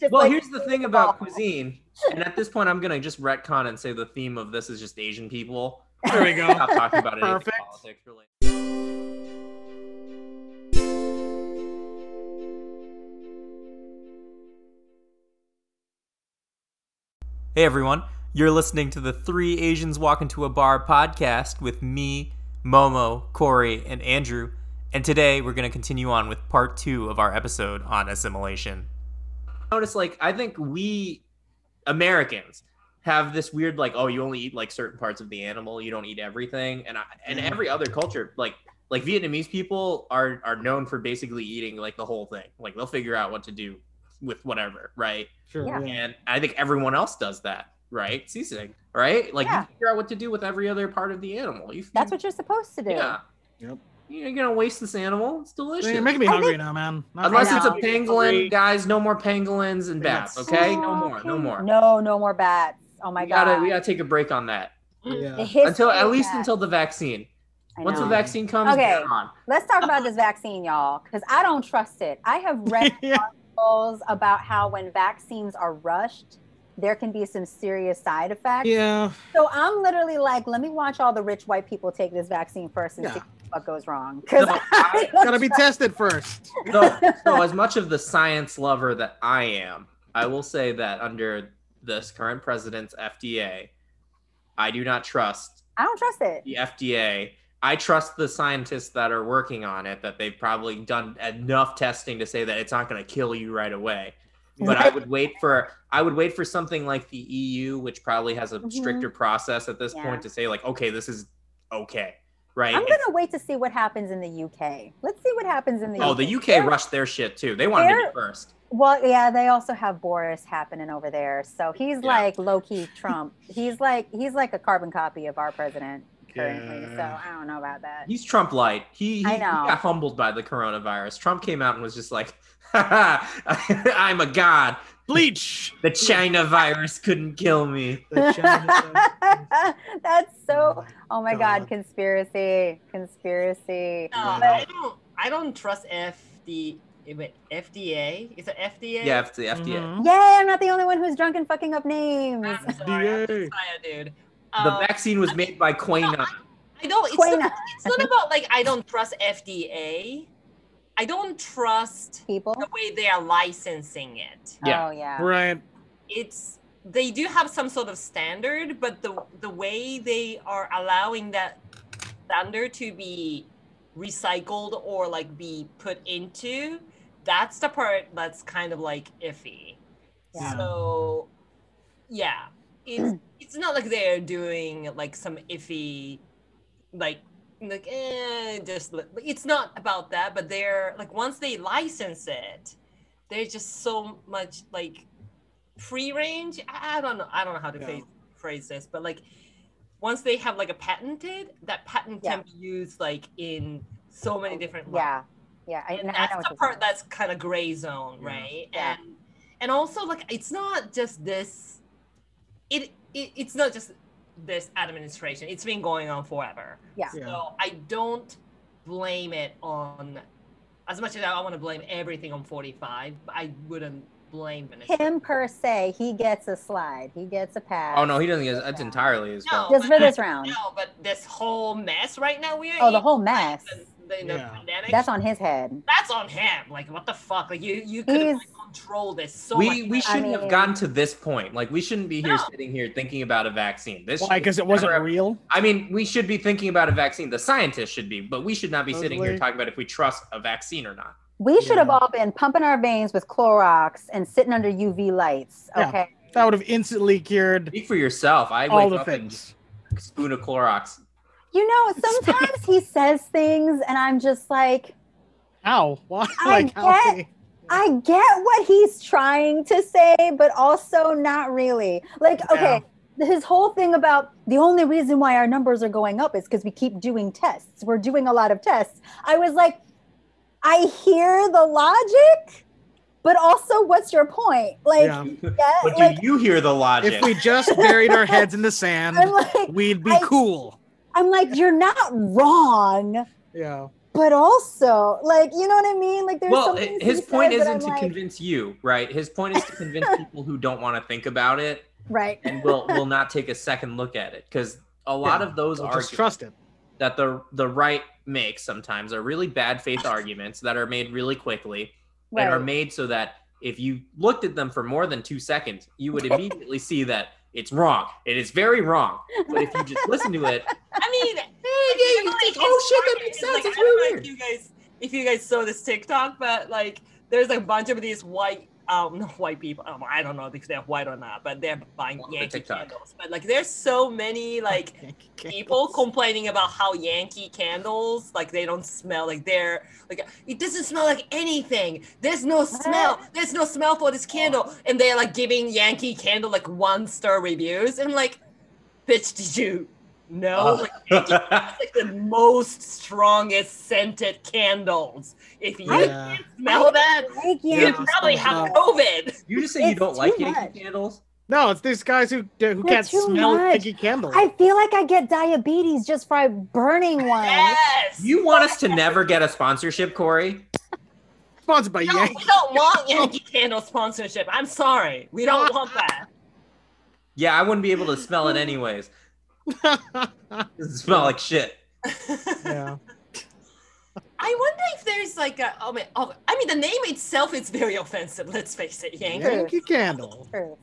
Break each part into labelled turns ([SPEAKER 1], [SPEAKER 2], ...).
[SPEAKER 1] to
[SPEAKER 2] Well,
[SPEAKER 1] like-
[SPEAKER 2] here's the thing about cuisine, and at this point, I'm gonna just retcon and say the theme of this is just Asian people.
[SPEAKER 3] There we go.
[SPEAKER 2] Stop talking about anything
[SPEAKER 3] Perfect.
[SPEAKER 2] politics related. Hey everyone, you're listening to the Three Asians Walk Into a Bar podcast with me, Momo, Corey, and Andrew. And today we're going to continue on with part two of our episode on assimilation. Notice, like, I think we Americans have this weird, like, oh, you only eat like certain parts of the animal, you don't eat everything, and I, and
[SPEAKER 1] Mm-hmm.
[SPEAKER 2] every other culture, like, like Vietnamese people are are known for basically eating like the whole thing. Like, they'll figure out what to do with whatever, right?
[SPEAKER 3] Sure.
[SPEAKER 1] Yeah.
[SPEAKER 2] and I think everyone else does that, right? Seasoning, right? Like
[SPEAKER 1] Yeah.
[SPEAKER 2] you figure out what to do with every other part of the animal. You
[SPEAKER 1] That's what you're supposed to do.
[SPEAKER 2] yeah.
[SPEAKER 3] Yep.
[SPEAKER 2] You're gonna waste this animal. It's delicious.
[SPEAKER 3] You're making me
[SPEAKER 1] I
[SPEAKER 3] hungry
[SPEAKER 1] think-
[SPEAKER 3] now, man. Not
[SPEAKER 2] Unless
[SPEAKER 3] really.
[SPEAKER 2] it's a
[SPEAKER 1] Yeah.
[SPEAKER 2] pangolin, guys. No more pangolins and bats.
[SPEAKER 3] Yes.
[SPEAKER 2] Oh, Okay, no more. No more.
[SPEAKER 1] No, no more bats. Oh my
[SPEAKER 2] we gotta
[SPEAKER 1] god.
[SPEAKER 2] we gotta take a break on that
[SPEAKER 1] The
[SPEAKER 3] Yeah.
[SPEAKER 1] history
[SPEAKER 2] until at
[SPEAKER 1] of
[SPEAKER 2] least
[SPEAKER 1] that.
[SPEAKER 2] until the vaccine.
[SPEAKER 1] I
[SPEAKER 2] Once the
[SPEAKER 1] know.
[SPEAKER 2] vaccine comes,
[SPEAKER 1] Okay.
[SPEAKER 2] they're on.
[SPEAKER 1] Let's talk about this vaccine, y'all, because I don't trust it. I have read
[SPEAKER 3] yeah.
[SPEAKER 1] articles about how when vaccines are rushed, there can be some serious side effects.
[SPEAKER 3] Yeah.
[SPEAKER 1] So I'm literally like, let me watch all the rich white people take this vaccine first and
[SPEAKER 3] Yeah.
[SPEAKER 1] see what goes wrong. Because
[SPEAKER 2] No,
[SPEAKER 1] I
[SPEAKER 2] I-
[SPEAKER 1] don't
[SPEAKER 3] Gotta be
[SPEAKER 1] trust-
[SPEAKER 3] tested first.
[SPEAKER 2] so, so as much of the science lover that I am, I will say that under this current president's FDA, I do not trust
[SPEAKER 1] I don't trust it.
[SPEAKER 2] the FDA. I trust the scientists that are working on it that they've probably done enough testing to say that it's not going to kill you right away. But I would wait for I would wait for something like the EU, which probably has a
[SPEAKER 1] Mhm.
[SPEAKER 2] stricter process at this
[SPEAKER 1] Yeah.
[SPEAKER 2] point to say like, okay, this is okay, right?
[SPEAKER 1] I'm
[SPEAKER 2] It's-
[SPEAKER 1] gonna wait to see what happens in the UK. Let's see what happens in the
[SPEAKER 2] oh,
[SPEAKER 1] UK.
[SPEAKER 2] the UK rushed their shit too. They wanted to
[SPEAKER 1] They're-
[SPEAKER 2] be first.
[SPEAKER 1] Well, yeah, they also have Boris happening over there. So he's
[SPEAKER 2] Yeah.
[SPEAKER 1] like low key Trump. he's like he's like a carbon copy of our president currently. So
[SPEAKER 3] Yeah.
[SPEAKER 1] I don't know about that.
[SPEAKER 2] He's Trump light. He, he,
[SPEAKER 1] I
[SPEAKER 2] he
[SPEAKER 1] know.
[SPEAKER 2] got humbled by the coronavirus. Trump came out and was just like, I'm a god.
[SPEAKER 3] Bleach.
[SPEAKER 2] The China virus couldn't kill me.
[SPEAKER 3] The China-
[SPEAKER 1] That's so oh my god,
[SPEAKER 3] God.
[SPEAKER 1] conspiracy. Conspiracy.
[SPEAKER 4] No,
[SPEAKER 3] Wow.
[SPEAKER 4] I don't. I don't trust FD. Wait, FDA? Is it FDA?
[SPEAKER 2] Yeah, it's the
[SPEAKER 1] Mm-hmm.
[SPEAKER 2] FDA.
[SPEAKER 3] Mhm.
[SPEAKER 1] Yay, I'm not the only one who's drunk and fucking up names.
[SPEAKER 4] I'm sorry, I'm
[SPEAKER 3] FDA.
[SPEAKER 4] just tired, dude.
[SPEAKER 2] The
[SPEAKER 4] Um,
[SPEAKER 2] vaccine was made by Quaina.
[SPEAKER 4] I don't. It's
[SPEAKER 1] Quaina.
[SPEAKER 4] not, it's not about like I don't trust FDA. I don't trust
[SPEAKER 1] People.
[SPEAKER 4] the way they are licensing it.
[SPEAKER 2] Yeah.
[SPEAKER 1] Oh yeah.
[SPEAKER 3] Right.
[SPEAKER 4] It's they do have some sort of standard, but the the way they are allowing that standard to be recycled or like be put into, that's the part that's kind of like iffy.
[SPEAKER 1] Yeah.
[SPEAKER 4] So, yeah, it's it's not like they're doing like some iffy, like like eh, just li- but it's not about that. But they're like once they license it, there's just so much like free range. I, I don't know. I don't know how to
[SPEAKER 3] Yeah.
[SPEAKER 4] phrase, phrase this, but like once they have like a patented, that patent can be used like in so many different ways
[SPEAKER 1] Yeah. Yeah. I,
[SPEAKER 4] and
[SPEAKER 1] I know
[SPEAKER 4] that's
[SPEAKER 1] what
[SPEAKER 4] the
[SPEAKER 1] you're
[SPEAKER 4] part
[SPEAKER 1] saying.
[SPEAKER 4] that's kind of gray zone,
[SPEAKER 3] Yeah.
[SPEAKER 4] right?
[SPEAKER 1] Yeah.
[SPEAKER 4] And and also like it's not just this. It, it it's not just this administration. It's been going on forever.
[SPEAKER 1] Yeah.
[SPEAKER 4] So
[SPEAKER 3] Yeah.
[SPEAKER 4] I don't blame it on as much as I want to blame everything on 45. I wouldn't blame it.
[SPEAKER 1] him per se, he gets a slide. He gets a pass.
[SPEAKER 2] Oh no, he doesn't get that's entirely his fault.
[SPEAKER 1] Just for this round.
[SPEAKER 4] No, but this whole mess right now we are
[SPEAKER 1] Oh, the
[SPEAKER 4] in,
[SPEAKER 1] whole mess.
[SPEAKER 4] the, the, the
[SPEAKER 3] Yeah.
[SPEAKER 4] pandemic,
[SPEAKER 1] That's on his head.
[SPEAKER 4] that's on him. Like what the fuck? Like you you could
[SPEAKER 1] He's
[SPEAKER 4] like, control this so
[SPEAKER 2] we
[SPEAKER 4] much
[SPEAKER 2] we
[SPEAKER 4] better.
[SPEAKER 1] I
[SPEAKER 2] shouldn't
[SPEAKER 1] mean-
[SPEAKER 2] have gotten to this point. Like we shouldn't be here
[SPEAKER 4] No.
[SPEAKER 2] sitting here thinking about a vaccine. This
[SPEAKER 3] Why? Because it wasn't
[SPEAKER 2] never-
[SPEAKER 3] real.
[SPEAKER 2] I mean, we should be thinking about a vaccine. The scientists should be, but we should not be sitting here
[SPEAKER 3] Totally.
[SPEAKER 2] talking about if we trust a vaccine or not.
[SPEAKER 1] We should have
[SPEAKER 3] Yeah.
[SPEAKER 1] all been pumping our veins with Clorox and sitting under UV lights.
[SPEAKER 3] Yeah.
[SPEAKER 1] Okay.
[SPEAKER 3] That would have instantly cured
[SPEAKER 2] Speak for yourself. I
[SPEAKER 3] all
[SPEAKER 2] wake
[SPEAKER 3] the
[SPEAKER 2] up and
[SPEAKER 3] things.
[SPEAKER 2] spoon of Clorox.
[SPEAKER 1] You know, sometimes he says things and I'm just like,
[SPEAKER 3] How? Why?
[SPEAKER 1] I
[SPEAKER 3] Like how?
[SPEAKER 1] get-
[SPEAKER 3] can
[SPEAKER 1] I get what he's trying to say, but also not really. Like, okay, his whole thing about the only reason why our numbers are going up is because we keep doing tests. We're doing a lot of tests. I was like, I hear the logic, but also, what's your point? Like,
[SPEAKER 3] Yeah.
[SPEAKER 1] yeah,
[SPEAKER 2] But do
[SPEAKER 1] like
[SPEAKER 2] you hear the
[SPEAKER 3] they-
[SPEAKER 2] logic?
[SPEAKER 3] If we just buried our heads in the sand,
[SPEAKER 1] I'm like,
[SPEAKER 3] we'd be
[SPEAKER 1] I-
[SPEAKER 3] cool.
[SPEAKER 1] I'm like, you're not wrong.
[SPEAKER 3] Yeah.
[SPEAKER 1] but also like you know what I mean? Like there's
[SPEAKER 2] well,
[SPEAKER 1] some
[SPEAKER 2] it-
[SPEAKER 1] things
[SPEAKER 2] his
[SPEAKER 1] he
[SPEAKER 2] point
[SPEAKER 1] said that
[SPEAKER 2] isn't
[SPEAKER 1] I'm
[SPEAKER 2] to
[SPEAKER 1] like,
[SPEAKER 2] convince you, right? His point is to convince people who don't want to think about it
[SPEAKER 1] right.
[SPEAKER 2] and will will not take a second look at it because a lot
[SPEAKER 3] Yeah,
[SPEAKER 2] of those
[SPEAKER 3] Don't
[SPEAKER 2] arguments
[SPEAKER 3] just trust him.
[SPEAKER 2] that the the right makes sometimes are really bad faith arguments that are made really quickly and are
[SPEAKER 1] Right.
[SPEAKER 2] made so that if you looked at them for more than two seconds, you would immediately see that it's wrong. It is very wrong. But if you just listen to it,
[SPEAKER 4] I mean,
[SPEAKER 2] yeah, you
[SPEAKER 4] like,
[SPEAKER 2] think,
[SPEAKER 4] it's
[SPEAKER 2] oh shit, that
[SPEAKER 4] marketing.
[SPEAKER 2] makes
[SPEAKER 4] Like,
[SPEAKER 2] sense. It's
[SPEAKER 4] I don't
[SPEAKER 2] really
[SPEAKER 4] know if
[SPEAKER 2] weird.
[SPEAKER 4] you guys, if you guys saw this TikTok, but like, there's a bunch of these white, um, not white people. Um, I don't know if they're white or not, but they're buying
[SPEAKER 2] Love the
[SPEAKER 4] Yankee
[SPEAKER 2] TikTok.
[SPEAKER 4] candles. But like, there's so many like people complaining about how Yankee candles, like they don't smell, like they're like it doesn't smell like anything. There's no smell. There's no smell for this candle, and they're like giving Yankee candle like one star reviews, and like, bitch, did you
[SPEAKER 2] Oh,
[SPEAKER 4] know? Like, it's like the most strongest scented candles. If you
[SPEAKER 3] Yeah.
[SPEAKER 4] smell that,
[SPEAKER 1] Like
[SPEAKER 3] Yeah.
[SPEAKER 4] you
[SPEAKER 1] Yankee
[SPEAKER 4] probably have COVID.
[SPEAKER 2] you just say you
[SPEAKER 1] It's
[SPEAKER 2] don't
[SPEAKER 1] too
[SPEAKER 2] like Yankee
[SPEAKER 1] much.
[SPEAKER 2] candles.
[SPEAKER 3] No, it's these guys who who
[SPEAKER 1] They're
[SPEAKER 3] can't
[SPEAKER 1] too
[SPEAKER 3] smell
[SPEAKER 1] much.
[SPEAKER 3] sticky candles.
[SPEAKER 1] I feel like I get diabetes just by burning one.
[SPEAKER 4] Yes.
[SPEAKER 2] You want us to never get a sponsorship, Corey?
[SPEAKER 3] Sponsored by
[SPEAKER 4] no, we
[SPEAKER 3] Yankee.
[SPEAKER 4] don't want Yankee candle sponsorship. I'm sorry. We don't want that.
[SPEAKER 2] Yeah, I wouldn't be able to smell it anyways. It doesn't smell like shit.
[SPEAKER 3] yeah.
[SPEAKER 4] I wonder if there's like a oh, man, oh I mean the name itself is very offensive. Let's face it, Yankee.
[SPEAKER 3] Yankee candle.
[SPEAKER 1] True.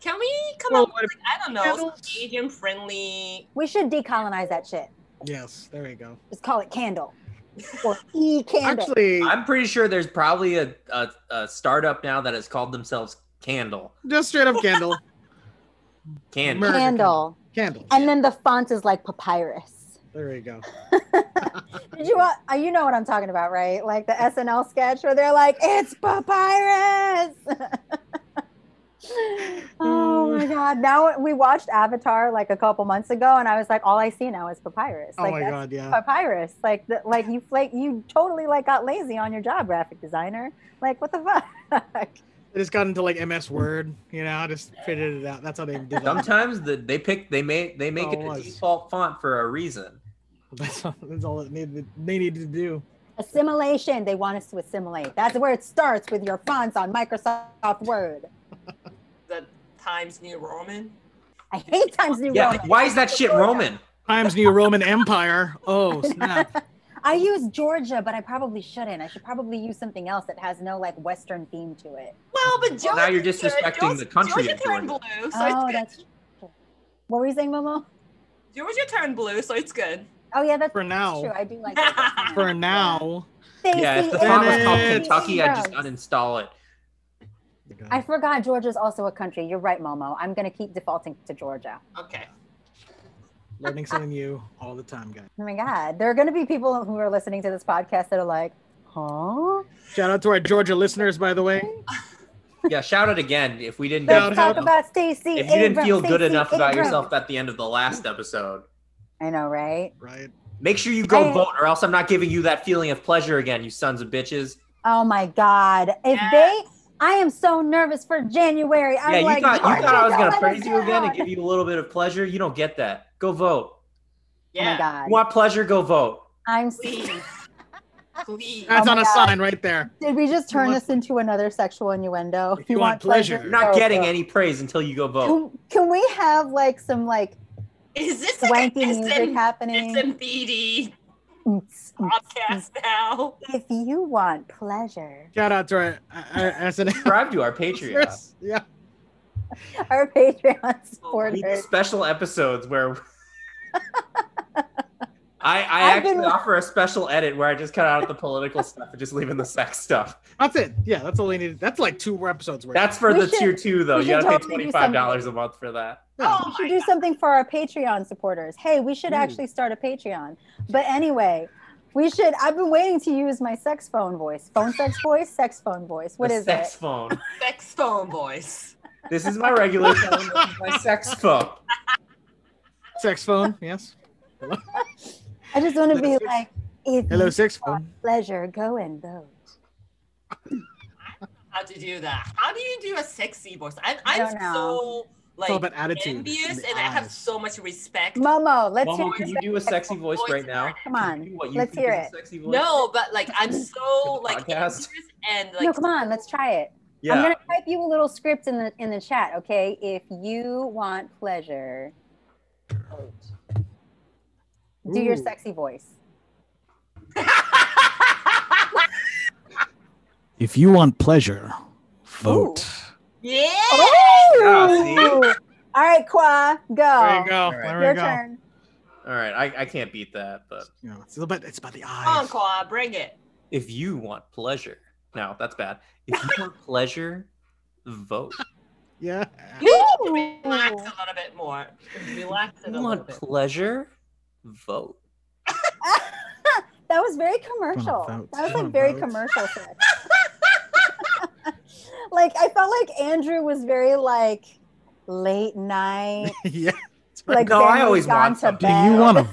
[SPEAKER 4] Can we come
[SPEAKER 3] Well,
[SPEAKER 4] up with like, I don't know
[SPEAKER 3] candles?
[SPEAKER 4] Asian friendly?
[SPEAKER 1] We should decolonize that shit.
[SPEAKER 3] Yes, there you go.
[SPEAKER 1] Just call it candle or e candle.
[SPEAKER 3] Actually,
[SPEAKER 2] I'm pretty sure there's probably a, a, a startup now that has called themselves Candle.
[SPEAKER 3] just straight up candle.
[SPEAKER 2] Candle.
[SPEAKER 3] Mer- murder
[SPEAKER 1] candle,
[SPEAKER 3] candle.
[SPEAKER 1] and then the font is like papyrus.
[SPEAKER 3] There you go.
[SPEAKER 1] Did you uh, you know what I'm talking about, right? Like the SNL sketch where they're like, "It's papyrus." oh
[SPEAKER 3] Mm.
[SPEAKER 1] my god! Now we watched Avatar like a couple months ago, and I was like, all I see now is papyrus.
[SPEAKER 3] Oh
[SPEAKER 1] Like
[SPEAKER 3] my
[SPEAKER 1] that's
[SPEAKER 3] god, yeah.
[SPEAKER 1] papyrus. Like the, like you flake you totally like got lazy on your job, graphic designer. Like what the fuck?
[SPEAKER 3] They just got into like MS Word, you know, just figured it out. That's how they did that.
[SPEAKER 2] Sometimes the, they pick they make they make
[SPEAKER 3] Oh,
[SPEAKER 2] it
[SPEAKER 3] it
[SPEAKER 2] a
[SPEAKER 3] was.
[SPEAKER 2] default font for a reason.
[SPEAKER 3] That's all, that's all it needed, they needed to do.
[SPEAKER 1] assimilation. They want us to assimilate. That's where it starts with your fonts on Microsoft Word.
[SPEAKER 4] The Times New Roman.
[SPEAKER 1] I hate Times New
[SPEAKER 2] Yeah,
[SPEAKER 1] Roman.
[SPEAKER 2] like, why is that shit Roman?
[SPEAKER 3] Times New Roman Empire. Oh snap!
[SPEAKER 1] I use Georgia, but I probably shouldn't. I should probably use something else that has no like Western theme to it.
[SPEAKER 4] Well, but Georgia,
[SPEAKER 2] Well, now you're disrespecting the country
[SPEAKER 4] Georgia
[SPEAKER 2] of
[SPEAKER 4] turned
[SPEAKER 2] Georgia.
[SPEAKER 4] blue, so
[SPEAKER 1] oh,
[SPEAKER 4] it's good.
[SPEAKER 1] that's what were you saying, Momo?
[SPEAKER 4] Georgia turned blue, so it's good.
[SPEAKER 1] Oh yeah, that's
[SPEAKER 3] For now.
[SPEAKER 1] true. I do like that.
[SPEAKER 3] For now.
[SPEAKER 1] Stacey
[SPEAKER 2] Yeah, if the font was called
[SPEAKER 1] Abrams.
[SPEAKER 2] Kentucky, I'd just uninstall it.
[SPEAKER 1] I forgot Georgia's also a country. You're right, Momo. I'm gonna keep defaulting to Georgia.
[SPEAKER 4] Okay.
[SPEAKER 3] Learning something new all the time, guys.
[SPEAKER 1] Oh my god, there are gonna be people who are listening to this podcast that are like, huh?
[SPEAKER 3] Shout out to our Georgia listeners, by the way.
[SPEAKER 2] Yeah, shout it again if we didn't
[SPEAKER 3] Shout
[SPEAKER 2] go,
[SPEAKER 1] Let's
[SPEAKER 3] out
[SPEAKER 1] talk
[SPEAKER 3] how-
[SPEAKER 1] about Stacey.
[SPEAKER 2] if you didn't
[SPEAKER 1] Abrams,
[SPEAKER 2] feel good
[SPEAKER 1] Stacey
[SPEAKER 2] enough about
[SPEAKER 1] Abrams.
[SPEAKER 2] yourself at the end of the last episode.
[SPEAKER 1] I know, right?
[SPEAKER 3] Right?
[SPEAKER 2] Make sure you go
[SPEAKER 1] I-
[SPEAKER 2] vote, or else I'm not giving you that feeling of pleasure again, you sons of bitches.
[SPEAKER 1] Oh my God. If
[SPEAKER 4] Yes.
[SPEAKER 1] they, I am so nervous for January. I'm
[SPEAKER 2] yeah, you
[SPEAKER 1] like,
[SPEAKER 2] thought you
[SPEAKER 1] Georgia,
[SPEAKER 2] thought I was
[SPEAKER 1] don't
[SPEAKER 2] gonna
[SPEAKER 1] let
[SPEAKER 2] praise
[SPEAKER 1] us
[SPEAKER 2] you again
[SPEAKER 1] down.
[SPEAKER 2] and give you a little bit of pleasure. You don't get that. Go vote.
[SPEAKER 1] Oh my
[SPEAKER 4] Yeah.
[SPEAKER 1] God.
[SPEAKER 2] You want pleasure? Go vote.
[SPEAKER 1] I'm, s-
[SPEAKER 4] Please. Please.
[SPEAKER 3] That's
[SPEAKER 1] my
[SPEAKER 3] on a
[SPEAKER 1] God.
[SPEAKER 3] sign right there.
[SPEAKER 1] did we just
[SPEAKER 3] You
[SPEAKER 1] turn
[SPEAKER 3] want-
[SPEAKER 1] this into another sexual innuendo?
[SPEAKER 3] If you want pleasure.
[SPEAKER 2] You're not
[SPEAKER 1] go
[SPEAKER 2] getting
[SPEAKER 1] vote.
[SPEAKER 2] any praise until you go vote.
[SPEAKER 1] Oh, Can, can we have like some like
[SPEAKER 4] Is this like
[SPEAKER 1] swanky
[SPEAKER 4] an
[SPEAKER 1] music
[SPEAKER 4] SM,
[SPEAKER 1] happening?
[SPEAKER 4] SMBD
[SPEAKER 1] Mm, mm.
[SPEAKER 4] podcast now?
[SPEAKER 1] If you want pleasure,
[SPEAKER 3] Shout out to our, uh, our, our SNL
[SPEAKER 2] Subscribe to our Patreon.
[SPEAKER 3] listeners. Yeah.
[SPEAKER 1] our Patreon
[SPEAKER 2] We do
[SPEAKER 1] supporters.
[SPEAKER 2] special episodes where I, I
[SPEAKER 1] I've
[SPEAKER 2] actually
[SPEAKER 1] been-
[SPEAKER 2] offer a special edit where I just cut out the political stuff and just leave in the sex stuff.
[SPEAKER 3] That's it. Yeah, that's all they needed. That's like two episodes worth.
[SPEAKER 2] That's for
[SPEAKER 1] We
[SPEAKER 2] the
[SPEAKER 1] should-
[SPEAKER 2] tier two though.
[SPEAKER 1] we
[SPEAKER 2] You
[SPEAKER 1] should
[SPEAKER 2] gotta pay
[SPEAKER 1] totally
[SPEAKER 2] twenty
[SPEAKER 1] do
[SPEAKER 2] five
[SPEAKER 1] something.
[SPEAKER 2] dollars a month for that.
[SPEAKER 4] Oh
[SPEAKER 1] We
[SPEAKER 4] my
[SPEAKER 1] should do something for our Patreon supporters. Hey, we should
[SPEAKER 3] Ooh.
[SPEAKER 1] actually start a Patreon. But anyway, we should. I've been waiting to use my sex phone voice. Phone sex voice? Sex phone voice. What
[SPEAKER 2] the
[SPEAKER 1] is
[SPEAKER 2] sex
[SPEAKER 1] it?
[SPEAKER 2] phone.
[SPEAKER 4] sex phone voice.
[SPEAKER 2] This is my regular phone. This is my sex phone.
[SPEAKER 3] sex phone. Yes.
[SPEAKER 1] I just want to
[SPEAKER 3] Hello,
[SPEAKER 1] be
[SPEAKER 3] sex-
[SPEAKER 1] like, if
[SPEAKER 3] Hello,
[SPEAKER 1] you
[SPEAKER 3] sex
[SPEAKER 1] want
[SPEAKER 3] phone.
[SPEAKER 1] pleasure, go and vote.
[SPEAKER 4] How to do that? How do you do a sexy voice? I'm, I'm
[SPEAKER 1] don't know.
[SPEAKER 4] so like
[SPEAKER 3] all about attitude.
[SPEAKER 4] envious,
[SPEAKER 3] the
[SPEAKER 4] and I have
[SPEAKER 3] eyes.
[SPEAKER 4] so much respect.
[SPEAKER 1] Momo, let's
[SPEAKER 2] Momo,
[SPEAKER 1] hear
[SPEAKER 2] could
[SPEAKER 1] your
[SPEAKER 2] you do a
[SPEAKER 1] sexy
[SPEAKER 2] sexy voice right now?
[SPEAKER 1] Come on.
[SPEAKER 2] Could you do what you
[SPEAKER 1] Let's
[SPEAKER 2] think
[SPEAKER 1] hear
[SPEAKER 2] is a
[SPEAKER 1] it.
[SPEAKER 2] Sexy voice?
[SPEAKER 4] No, but like I'm so like
[SPEAKER 2] podcast?
[SPEAKER 4] envious and like
[SPEAKER 1] no, come on, let's try it.
[SPEAKER 2] Yeah.
[SPEAKER 1] I'm gonna type you a little script in the in the chat, okay? If you want pleasure, do your
[SPEAKER 3] Ooh.
[SPEAKER 1] sexy voice.
[SPEAKER 5] If you want pleasure, vote.
[SPEAKER 4] yeah.
[SPEAKER 1] Oh.
[SPEAKER 4] Oh!
[SPEAKER 2] Yeah,
[SPEAKER 1] Ooh. All right, Qua, go.
[SPEAKER 3] There you go.
[SPEAKER 2] All right.
[SPEAKER 3] There
[SPEAKER 1] Your
[SPEAKER 3] we go.
[SPEAKER 1] turn.
[SPEAKER 2] All right, I, I can't beat that, but
[SPEAKER 3] You know, it's about it's about the
[SPEAKER 4] Come on,
[SPEAKER 3] eyes.
[SPEAKER 4] Qua, bring it.
[SPEAKER 2] if you want pleasure, no, that's bad. If you want pleasure, vote.
[SPEAKER 3] Yeah.
[SPEAKER 4] You need to
[SPEAKER 1] Ooh.
[SPEAKER 4] relax a little bit more. Relax it a
[SPEAKER 2] You
[SPEAKER 4] little
[SPEAKER 2] want
[SPEAKER 4] bit.
[SPEAKER 2] pleasure, vote.
[SPEAKER 1] that was very commercial.
[SPEAKER 3] vote.
[SPEAKER 1] That was
[SPEAKER 3] Come
[SPEAKER 1] like
[SPEAKER 3] on,
[SPEAKER 1] very
[SPEAKER 3] vote.
[SPEAKER 1] commercial. for us. like I felt like Andrew was very like late night.
[SPEAKER 3] yeah.
[SPEAKER 1] Like
[SPEAKER 2] No,
[SPEAKER 1] then
[SPEAKER 2] I
[SPEAKER 1] he's
[SPEAKER 2] always
[SPEAKER 1] gone
[SPEAKER 2] want
[SPEAKER 1] to
[SPEAKER 2] something.
[SPEAKER 5] Do
[SPEAKER 1] bed.
[SPEAKER 5] you want to?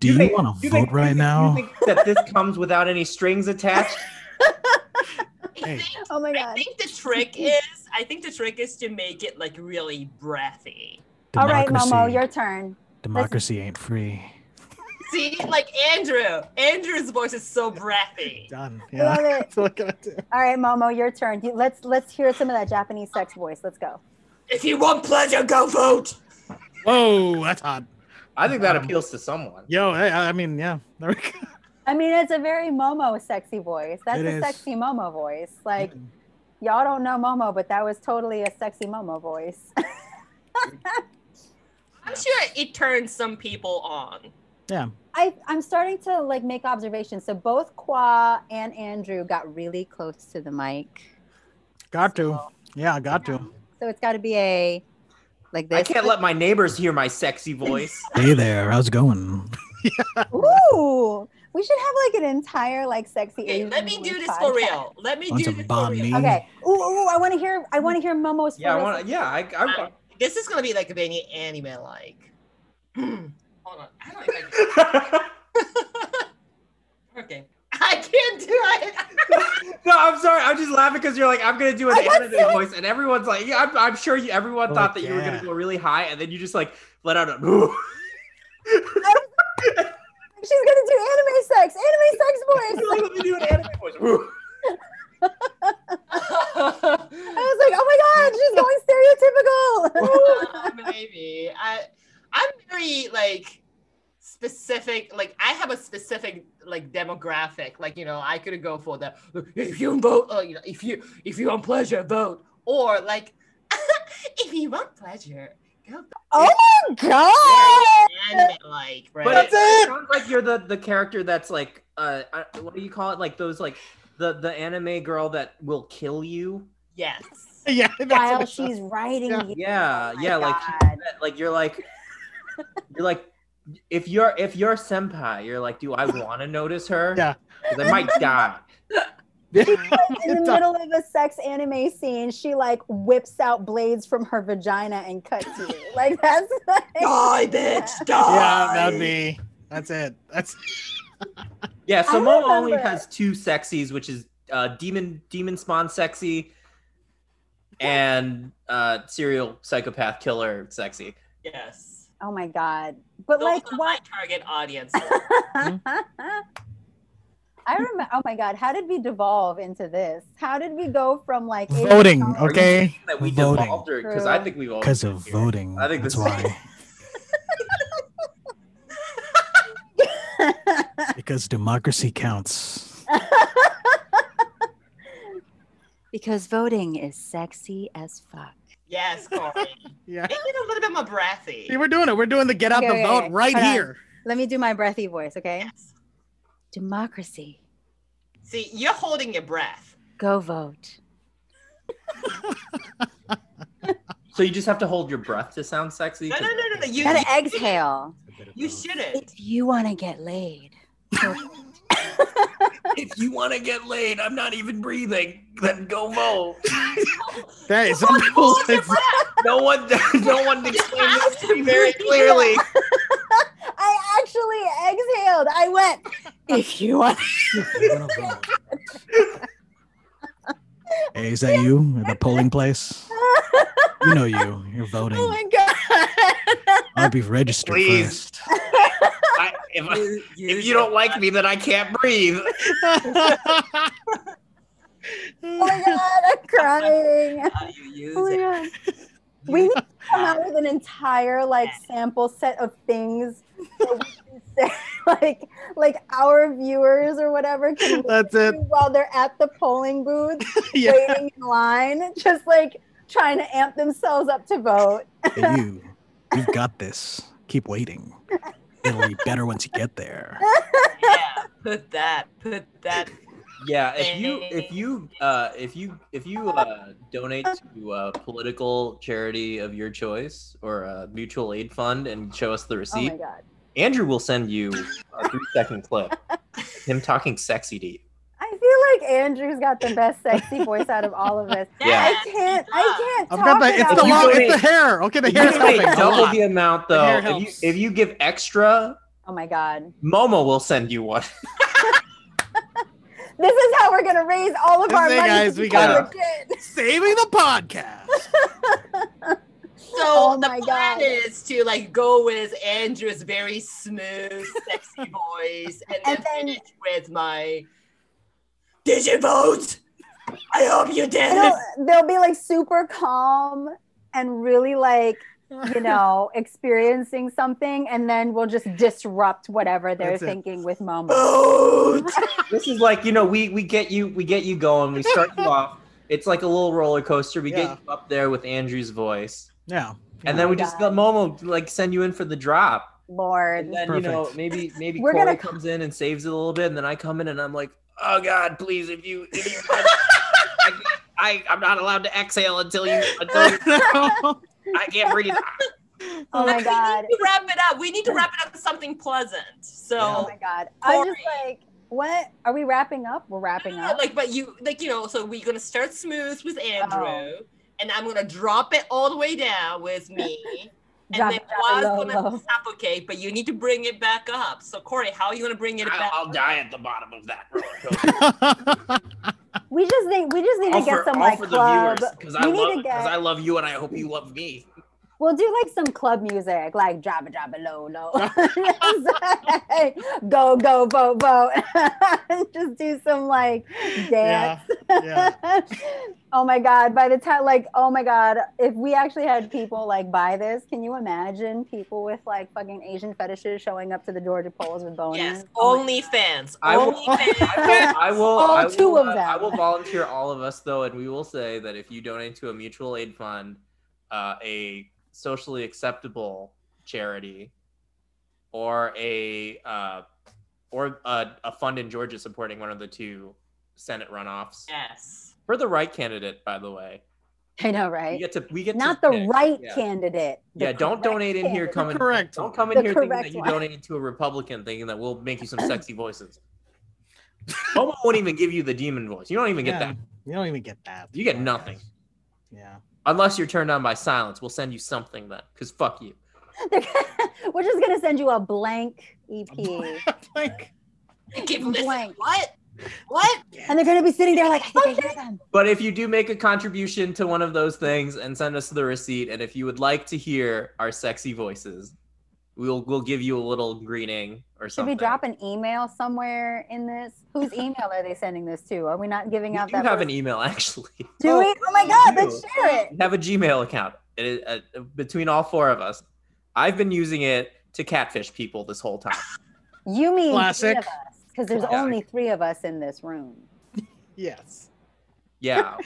[SPEAKER 5] Do you,
[SPEAKER 2] think-
[SPEAKER 5] want to
[SPEAKER 2] you
[SPEAKER 5] vote
[SPEAKER 2] think-
[SPEAKER 5] right
[SPEAKER 2] you
[SPEAKER 5] now?
[SPEAKER 2] think that this comes without any strings attached?
[SPEAKER 4] I
[SPEAKER 3] Hey.
[SPEAKER 4] think,
[SPEAKER 1] Oh my
[SPEAKER 4] I
[SPEAKER 1] god.
[SPEAKER 4] think the trick is I think the trick is to make it like really breathy.
[SPEAKER 1] All right,
[SPEAKER 5] democracy,
[SPEAKER 1] Momo, your turn.
[SPEAKER 5] democracy ain't free.
[SPEAKER 4] See, like Andrew, Andrew's voice is so breathy.
[SPEAKER 3] Done.
[SPEAKER 1] I Love
[SPEAKER 3] Yeah.
[SPEAKER 1] it.
[SPEAKER 3] That's what I gotta do.
[SPEAKER 1] All right, Momo, your turn. You- Let's let's hear some of that Japanese sex voice. Let's go.
[SPEAKER 4] If you want pleasure, go vote.
[SPEAKER 3] Whoa, that's hot.
[SPEAKER 2] I think that
[SPEAKER 3] Um,
[SPEAKER 2] appeals to someone.
[SPEAKER 3] Yo, hey, I I mean, yeah. There we go.
[SPEAKER 1] I mean, it's a very Momo sexy voice. That's
[SPEAKER 3] It
[SPEAKER 1] a
[SPEAKER 3] is.
[SPEAKER 1] sexy Momo voice. Like y'all don't know Momo, but that was totally a sexy Momo voice.
[SPEAKER 4] I'm sure it turns some people on.
[SPEAKER 1] I, I'm starting to like make observations. So both Qua and Andrew got really close to the mic.
[SPEAKER 3] Got to. Yeah, got to.
[SPEAKER 1] So it's got to be a like this.
[SPEAKER 2] I can't let my neighbors hear my sexy voice.
[SPEAKER 5] Hey there, how's it going?
[SPEAKER 1] Ooh, we should have like an entire like sexy.
[SPEAKER 4] Okay,
[SPEAKER 1] Asian
[SPEAKER 4] let me do
[SPEAKER 1] voice
[SPEAKER 4] this for
[SPEAKER 1] podcast.
[SPEAKER 4] real. Let me
[SPEAKER 5] Want
[SPEAKER 4] do
[SPEAKER 5] some
[SPEAKER 4] this for
[SPEAKER 5] banh
[SPEAKER 4] real.
[SPEAKER 5] mi?
[SPEAKER 1] Okay. Ooh, ooh I want to hear. I want to hear Momo's.
[SPEAKER 2] yeah,
[SPEAKER 1] for
[SPEAKER 2] I
[SPEAKER 1] real
[SPEAKER 2] want. to Yeah, I. I, I
[SPEAKER 4] This is gonna be like a very anime like. Hold on. I don't know if I can. okay. I can't do it.
[SPEAKER 2] no, I'm sorry. I'm just laughing because you're like, I'm gonna do an
[SPEAKER 1] I was
[SPEAKER 2] anime
[SPEAKER 1] so-
[SPEAKER 2] voice, and everyone's like, yeah, I'm, I'm sure you. Everyone
[SPEAKER 3] Oh,
[SPEAKER 2] thought that you were
[SPEAKER 3] yeah.
[SPEAKER 2] gonna go really high, and then you just like let out a.
[SPEAKER 1] She's gonna do anime sex. Anime sex voice.
[SPEAKER 2] like, let me do an anime voice.
[SPEAKER 1] I was like, oh my god, she's going stereotypical.
[SPEAKER 4] Uh, maybe I I'm very like specific like I have a specific like demographic like you know I could go for the if you vote uh, you know, if you if you want pleasure vote or like if you want pleasure go
[SPEAKER 1] oh my god.
[SPEAKER 4] anime like right
[SPEAKER 2] But
[SPEAKER 3] That's
[SPEAKER 2] it
[SPEAKER 3] it!
[SPEAKER 2] sounds like you're the the character that's like uh uh, what do you call it like those like the the anime girl that will kill you
[SPEAKER 4] yes
[SPEAKER 3] Yeah. That's what I
[SPEAKER 1] While
[SPEAKER 3] thought.
[SPEAKER 1] she's writing
[SPEAKER 3] Yeah.
[SPEAKER 1] you.
[SPEAKER 2] yeah
[SPEAKER 1] Oh my
[SPEAKER 2] yeah like
[SPEAKER 1] God.
[SPEAKER 2] that- like you're like you're like if you're if you're senpai you're like do I want to notice her
[SPEAKER 3] Yeah.
[SPEAKER 2] 'Cause I might die
[SPEAKER 1] in the
[SPEAKER 3] It's a-
[SPEAKER 1] middle of a sex anime scene, she like whips out blades from her vagina and cuts you. Like that's like,
[SPEAKER 4] die bitch
[SPEAKER 3] yeah,
[SPEAKER 4] die
[SPEAKER 3] that'd be. That's it. That's
[SPEAKER 2] yeah so
[SPEAKER 1] I
[SPEAKER 2] Momo only
[SPEAKER 1] remember-
[SPEAKER 2] has two sexies which is uh demon demon spawn sexy and uh serial psychopath killer sexy
[SPEAKER 4] yes
[SPEAKER 1] oh my god. But
[SPEAKER 4] Those
[SPEAKER 1] like
[SPEAKER 4] are
[SPEAKER 1] what?
[SPEAKER 4] my target audience
[SPEAKER 1] I remember. Oh my god, how did we devolve into this? How did we go from like Asian
[SPEAKER 5] Voting,
[SPEAKER 1] doll-
[SPEAKER 2] Are you
[SPEAKER 5] Okay,
[SPEAKER 2] saying that we
[SPEAKER 5] voting.
[SPEAKER 2] devolved her because I
[SPEAKER 1] True.
[SPEAKER 2] think we've all
[SPEAKER 5] Because of voting.
[SPEAKER 2] I think
[SPEAKER 5] that's
[SPEAKER 2] this is-
[SPEAKER 5] why. because democracy counts.
[SPEAKER 1] because voting is sexy as fuck.
[SPEAKER 4] yes Corey
[SPEAKER 3] yeah.
[SPEAKER 4] make it a little bit more breathy
[SPEAKER 3] See, we're doing it. We're doing the get out
[SPEAKER 1] Okay,
[SPEAKER 3] the
[SPEAKER 1] okay,
[SPEAKER 3] vote
[SPEAKER 1] okay.
[SPEAKER 3] right
[SPEAKER 1] Hold on.
[SPEAKER 3] here.
[SPEAKER 1] Let me do my breathy voice, okay?
[SPEAKER 4] yes.
[SPEAKER 1] Democracy,
[SPEAKER 4] See, you're holding your breath.
[SPEAKER 1] go vote.
[SPEAKER 2] So you just have to hold your breath to sound sexy.
[SPEAKER 4] No, no, no, no, no. You,
[SPEAKER 1] Gotta
[SPEAKER 4] you,
[SPEAKER 1] exhale.
[SPEAKER 4] you shouldn't.
[SPEAKER 1] If you want to get laid,
[SPEAKER 2] If you want to get laid, I'm not even breathing. Then go vote.
[SPEAKER 3] That is some
[SPEAKER 4] Hold-
[SPEAKER 3] people.
[SPEAKER 4] hold your breath.
[SPEAKER 2] No one, no one explained
[SPEAKER 4] have
[SPEAKER 2] this to me
[SPEAKER 4] to
[SPEAKER 2] very
[SPEAKER 4] breathe.
[SPEAKER 2] clearly.
[SPEAKER 1] I actually exhaled. I went. If you want,
[SPEAKER 5] hey, is that you at the polling place? You know you. You're voting.
[SPEAKER 1] Oh my god.
[SPEAKER 5] I'll be registered
[SPEAKER 2] Please.
[SPEAKER 5] first.
[SPEAKER 2] I, if,
[SPEAKER 4] You-
[SPEAKER 2] if
[SPEAKER 4] should-
[SPEAKER 2] you don't like me, then I can't breathe.
[SPEAKER 1] oh my god, I'm crying.
[SPEAKER 4] how you use
[SPEAKER 1] Oh my
[SPEAKER 4] it.
[SPEAKER 1] god. We need to come
[SPEAKER 4] Uh,
[SPEAKER 1] out with an entire like sample set of things that we can say, like like our viewers or whatever can
[SPEAKER 3] That's it.
[SPEAKER 1] do while they're at the polling booth
[SPEAKER 3] Yeah.
[SPEAKER 1] waiting in line, just like trying to amp themselves up to vote.
[SPEAKER 5] Hey, you. You've got this. Keep waiting. It'll be better once you get there.
[SPEAKER 4] yeah, put that, put that.
[SPEAKER 2] Yeah, if you if you uh, if you if you uh, donate to a political charity of your choice or a mutual aid fund and show us the
[SPEAKER 1] Oh
[SPEAKER 2] receipt,
[SPEAKER 1] my god.
[SPEAKER 2] Andrew will send you a three second clip. Him talking sexy to you.
[SPEAKER 1] I feel like Andrew's got the best sexy voice out of all of us.
[SPEAKER 2] Yeah.
[SPEAKER 1] I can't I can't
[SPEAKER 3] I've
[SPEAKER 1] talk
[SPEAKER 3] got the. It's
[SPEAKER 1] about
[SPEAKER 3] the
[SPEAKER 2] You
[SPEAKER 3] long.
[SPEAKER 2] do
[SPEAKER 3] It's
[SPEAKER 2] it.
[SPEAKER 3] the hair. Okay, the
[SPEAKER 2] If
[SPEAKER 3] hair
[SPEAKER 2] you
[SPEAKER 3] is
[SPEAKER 2] donate
[SPEAKER 3] helping. a
[SPEAKER 2] double
[SPEAKER 3] lot.
[SPEAKER 2] the amount
[SPEAKER 3] The
[SPEAKER 2] though.
[SPEAKER 3] hair
[SPEAKER 2] If you
[SPEAKER 3] helps.
[SPEAKER 2] if you give extra,
[SPEAKER 1] Oh my god.
[SPEAKER 2] Momo will send you one.
[SPEAKER 1] This is how we're gonna raise all of
[SPEAKER 3] This
[SPEAKER 1] our
[SPEAKER 3] is it,
[SPEAKER 1] money.
[SPEAKER 3] guys.
[SPEAKER 1] to
[SPEAKER 3] We
[SPEAKER 1] become
[SPEAKER 2] gotta-
[SPEAKER 1] legit.
[SPEAKER 3] Saving the podcast.
[SPEAKER 4] So
[SPEAKER 1] Oh
[SPEAKER 4] the
[SPEAKER 1] my
[SPEAKER 4] plan
[SPEAKER 1] God.
[SPEAKER 4] is to like go with Andrew's very smooth, sexy voice, and then,
[SPEAKER 1] And then-
[SPEAKER 4] finish with my. Did you vote? I hope you did.
[SPEAKER 1] They'll, they'll be like super calm and really like you know experiencing something and then we'll just disrupt whatever they're
[SPEAKER 3] That's it.
[SPEAKER 1] thinking with momo
[SPEAKER 4] Vote.
[SPEAKER 2] this is like you know we we get you we get you going. We start you off. It's like a little roller coaster. We
[SPEAKER 3] Yeah.
[SPEAKER 2] get you up there with Andrew's voice.
[SPEAKER 5] Yeah.
[SPEAKER 2] and then
[SPEAKER 1] Oh
[SPEAKER 2] we
[SPEAKER 1] my
[SPEAKER 2] just
[SPEAKER 1] God.
[SPEAKER 2] let Momo like send you in for the drop,
[SPEAKER 1] lord
[SPEAKER 2] and then you know maybe maybe
[SPEAKER 1] We're
[SPEAKER 2] Corey
[SPEAKER 1] gonna-
[SPEAKER 2] comes in and saves it a little bit, and then I come in and I'm like, oh God, please, if you, if you I, I I'm not allowed to exhale until you until you, I can't breathe.
[SPEAKER 1] oh my
[SPEAKER 4] Like,
[SPEAKER 1] god
[SPEAKER 4] We need to wrap it up. We need to wrap it up with something pleasant. So.
[SPEAKER 1] oh my god i'm just
[SPEAKER 4] Corey.
[SPEAKER 1] like what are we wrapping up we're wrapping
[SPEAKER 4] No,
[SPEAKER 1] up Oh.
[SPEAKER 4] like but you like you know so we're gonna start smooth with andrew and i'm gonna drop it all the way down with me and
[SPEAKER 1] Drop
[SPEAKER 4] then
[SPEAKER 1] it down
[SPEAKER 4] was
[SPEAKER 1] low,
[SPEAKER 4] gonna
[SPEAKER 1] low.
[SPEAKER 4] suffocate but you need to bring it back up so corey how are you gonna bring it back
[SPEAKER 2] I'll, I'll die at the bottom of that roller coaster.
[SPEAKER 1] we just need we just need
[SPEAKER 2] All
[SPEAKER 1] to get
[SPEAKER 2] for,
[SPEAKER 1] some
[SPEAKER 2] all
[SPEAKER 1] like
[SPEAKER 2] for
[SPEAKER 1] club
[SPEAKER 2] the viewers, because I
[SPEAKER 1] we need
[SPEAKER 2] love
[SPEAKER 1] to
[SPEAKER 2] because
[SPEAKER 1] get
[SPEAKER 2] I love you, and I hope you love me.
[SPEAKER 1] We'll do like some club music, like jabba jabba low low. go go vote vote. Just do some like dance.
[SPEAKER 3] yeah. yeah.
[SPEAKER 1] oh my god! By the time, like, oh my god, if we actually had people like buy this, can you imagine people with like fucking Asian fetishes showing up to the Georgia polls with boners?
[SPEAKER 4] yes
[SPEAKER 1] Oh my
[SPEAKER 4] only fans
[SPEAKER 2] I will-
[SPEAKER 4] only fans
[SPEAKER 2] I will.
[SPEAKER 1] All
[SPEAKER 2] I will,
[SPEAKER 1] two of
[SPEAKER 2] uh, I
[SPEAKER 1] them.
[SPEAKER 2] will volunteer all of us though, and we will say that if you donate to a mutual aid fund, uh, a socially acceptable charity, or a uh, or a, a fund in Georgia supporting one of the two Senate runoffs
[SPEAKER 4] yes
[SPEAKER 2] for the right candidate, by the way,
[SPEAKER 1] I know,
[SPEAKER 2] we
[SPEAKER 1] right?
[SPEAKER 2] get to we get to
[SPEAKER 1] Not the
[SPEAKER 2] pick.
[SPEAKER 1] right
[SPEAKER 2] Yeah.
[SPEAKER 1] candidate. the
[SPEAKER 2] Yeah, don't
[SPEAKER 1] correct
[SPEAKER 2] donate in here
[SPEAKER 1] candidate.
[SPEAKER 2] coming.
[SPEAKER 3] Correct.
[SPEAKER 2] Don't come in
[SPEAKER 1] The
[SPEAKER 2] here thinking
[SPEAKER 1] correct
[SPEAKER 2] that you
[SPEAKER 1] one.
[SPEAKER 2] donated to a Republican, thinking that we'll make you some sexy voices. Momo won't even give you the demon voice. You don't even get
[SPEAKER 5] Yeah.
[SPEAKER 2] that
[SPEAKER 5] You don't even get that.
[SPEAKER 2] You get nothing.
[SPEAKER 5] Yeah.
[SPEAKER 2] unless you're turned on by silence. We'll send you something then, because fuck you.
[SPEAKER 1] We're just gonna send you a blank E EP.
[SPEAKER 3] Like,
[SPEAKER 4] Keep listening.
[SPEAKER 1] Blank.
[SPEAKER 4] what what
[SPEAKER 1] and they're gonna be sitting there like, I think I hear them.
[SPEAKER 2] But if you do make a contribution to one of those things and send us the receipt, and if you would like to hear our sexy voices, we'll we'll give you a little greeting or
[SPEAKER 1] Should
[SPEAKER 2] something.
[SPEAKER 1] we drop an email somewhere in this? Whose email are they sending this to? Are we not giving
[SPEAKER 2] We
[SPEAKER 1] out
[SPEAKER 2] do
[SPEAKER 1] that?
[SPEAKER 2] have an
[SPEAKER 1] person?
[SPEAKER 2] email actually.
[SPEAKER 1] do
[SPEAKER 3] Oh,
[SPEAKER 1] we? Oh my God,
[SPEAKER 2] do.
[SPEAKER 1] let's share it.
[SPEAKER 2] We have a Gmail account. It is, uh, between all four of us, I've been using it to catfish people this whole time.
[SPEAKER 1] You mean
[SPEAKER 3] Classic.
[SPEAKER 1] three of us? Because there's
[SPEAKER 2] Classic.
[SPEAKER 1] only three of us in this room.
[SPEAKER 3] yes.
[SPEAKER 2] Yeah.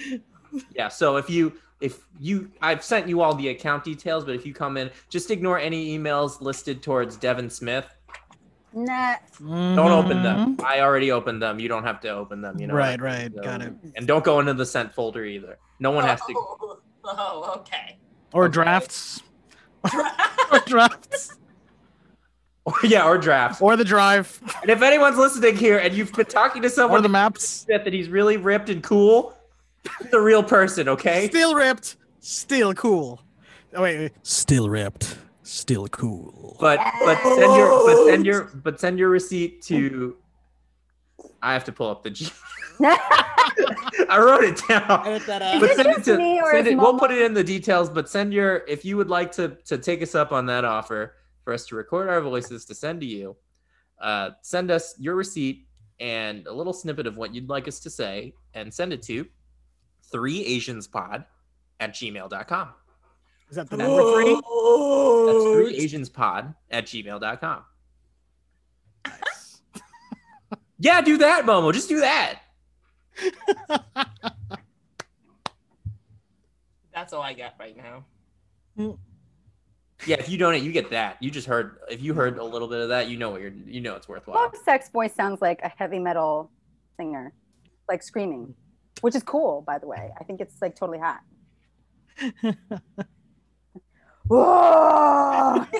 [SPEAKER 2] yeah. So if you if you I've sent you all the account details, but if you come in, just ignore any emails listed towards Devin Smith.
[SPEAKER 1] Nah.
[SPEAKER 2] Don't open
[SPEAKER 1] Mm-hmm.
[SPEAKER 2] them. I already opened them. You don't have to open them, you know. what I
[SPEAKER 5] Mm-hmm. right, right.
[SPEAKER 2] mean? So-
[SPEAKER 5] Got it.
[SPEAKER 2] And don't go into the sent folder either. No one has to
[SPEAKER 4] oh, oh okay
[SPEAKER 5] Or
[SPEAKER 2] Okay.
[SPEAKER 5] drafts. Or drafts.
[SPEAKER 2] or, yeah, or drafts.
[SPEAKER 5] Oh. Or the drive.
[SPEAKER 2] And if anyone's listening here and you've been talking to
[SPEAKER 5] Or
[SPEAKER 2] someone
[SPEAKER 5] the
[SPEAKER 2] that
[SPEAKER 5] maps.
[SPEAKER 2] Smith and he's really ripped and cool, he's a real person, okay?
[SPEAKER 3] Still ripped. Still cool. Oh wait. wait.
[SPEAKER 5] Still ripped. Still cool.
[SPEAKER 2] But but send your but send your but send your receipt to I have to pull up the G I wrote it down.
[SPEAKER 6] Edit that
[SPEAKER 1] Is
[SPEAKER 6] out.
[SPEAKER 2] But
[SPEAKER 1] it
[SPEAKER 2] send it
[SPEAKER 1] just
[SPEAKER 2] to
[SPEAKER 1] me or
[SPEAKER 2] send
[SPEAKER 1] is
[SPEAKER 2] it, we'll
[SPEAKER 1] Momo-
[SPEAKER 2] put it in the details. But send your if you would like to to take us up on that offer for us to record our voices to send to you. Uh, send us your receipt and a little snippet of what you'd like us to say, and send it to three Asians Pod at gmail.com.
[SPEAKER 3] Is that the
[SPEAKER 2] That's
[SPEAKER 3] number three?
[SPEAKER 2] That's three
[SPEAKER 6] Whoa.
[SPEAKER 2] Asians Pod at gmail.com. Yeah, do that, Momo. Just do that.
[SPEAKER 4] That's all I got right now.
[SPEAKER 2] Yeah, if you donate, you get that. You just heard if you heard a little bit of that, you know what you're you know it's worthwhile.
[SPEAKER 1] Bob Sex Boy sounds like a heavy metal singer, like screaming, which is cool, by the way. I think it's like totally hot. Whoa!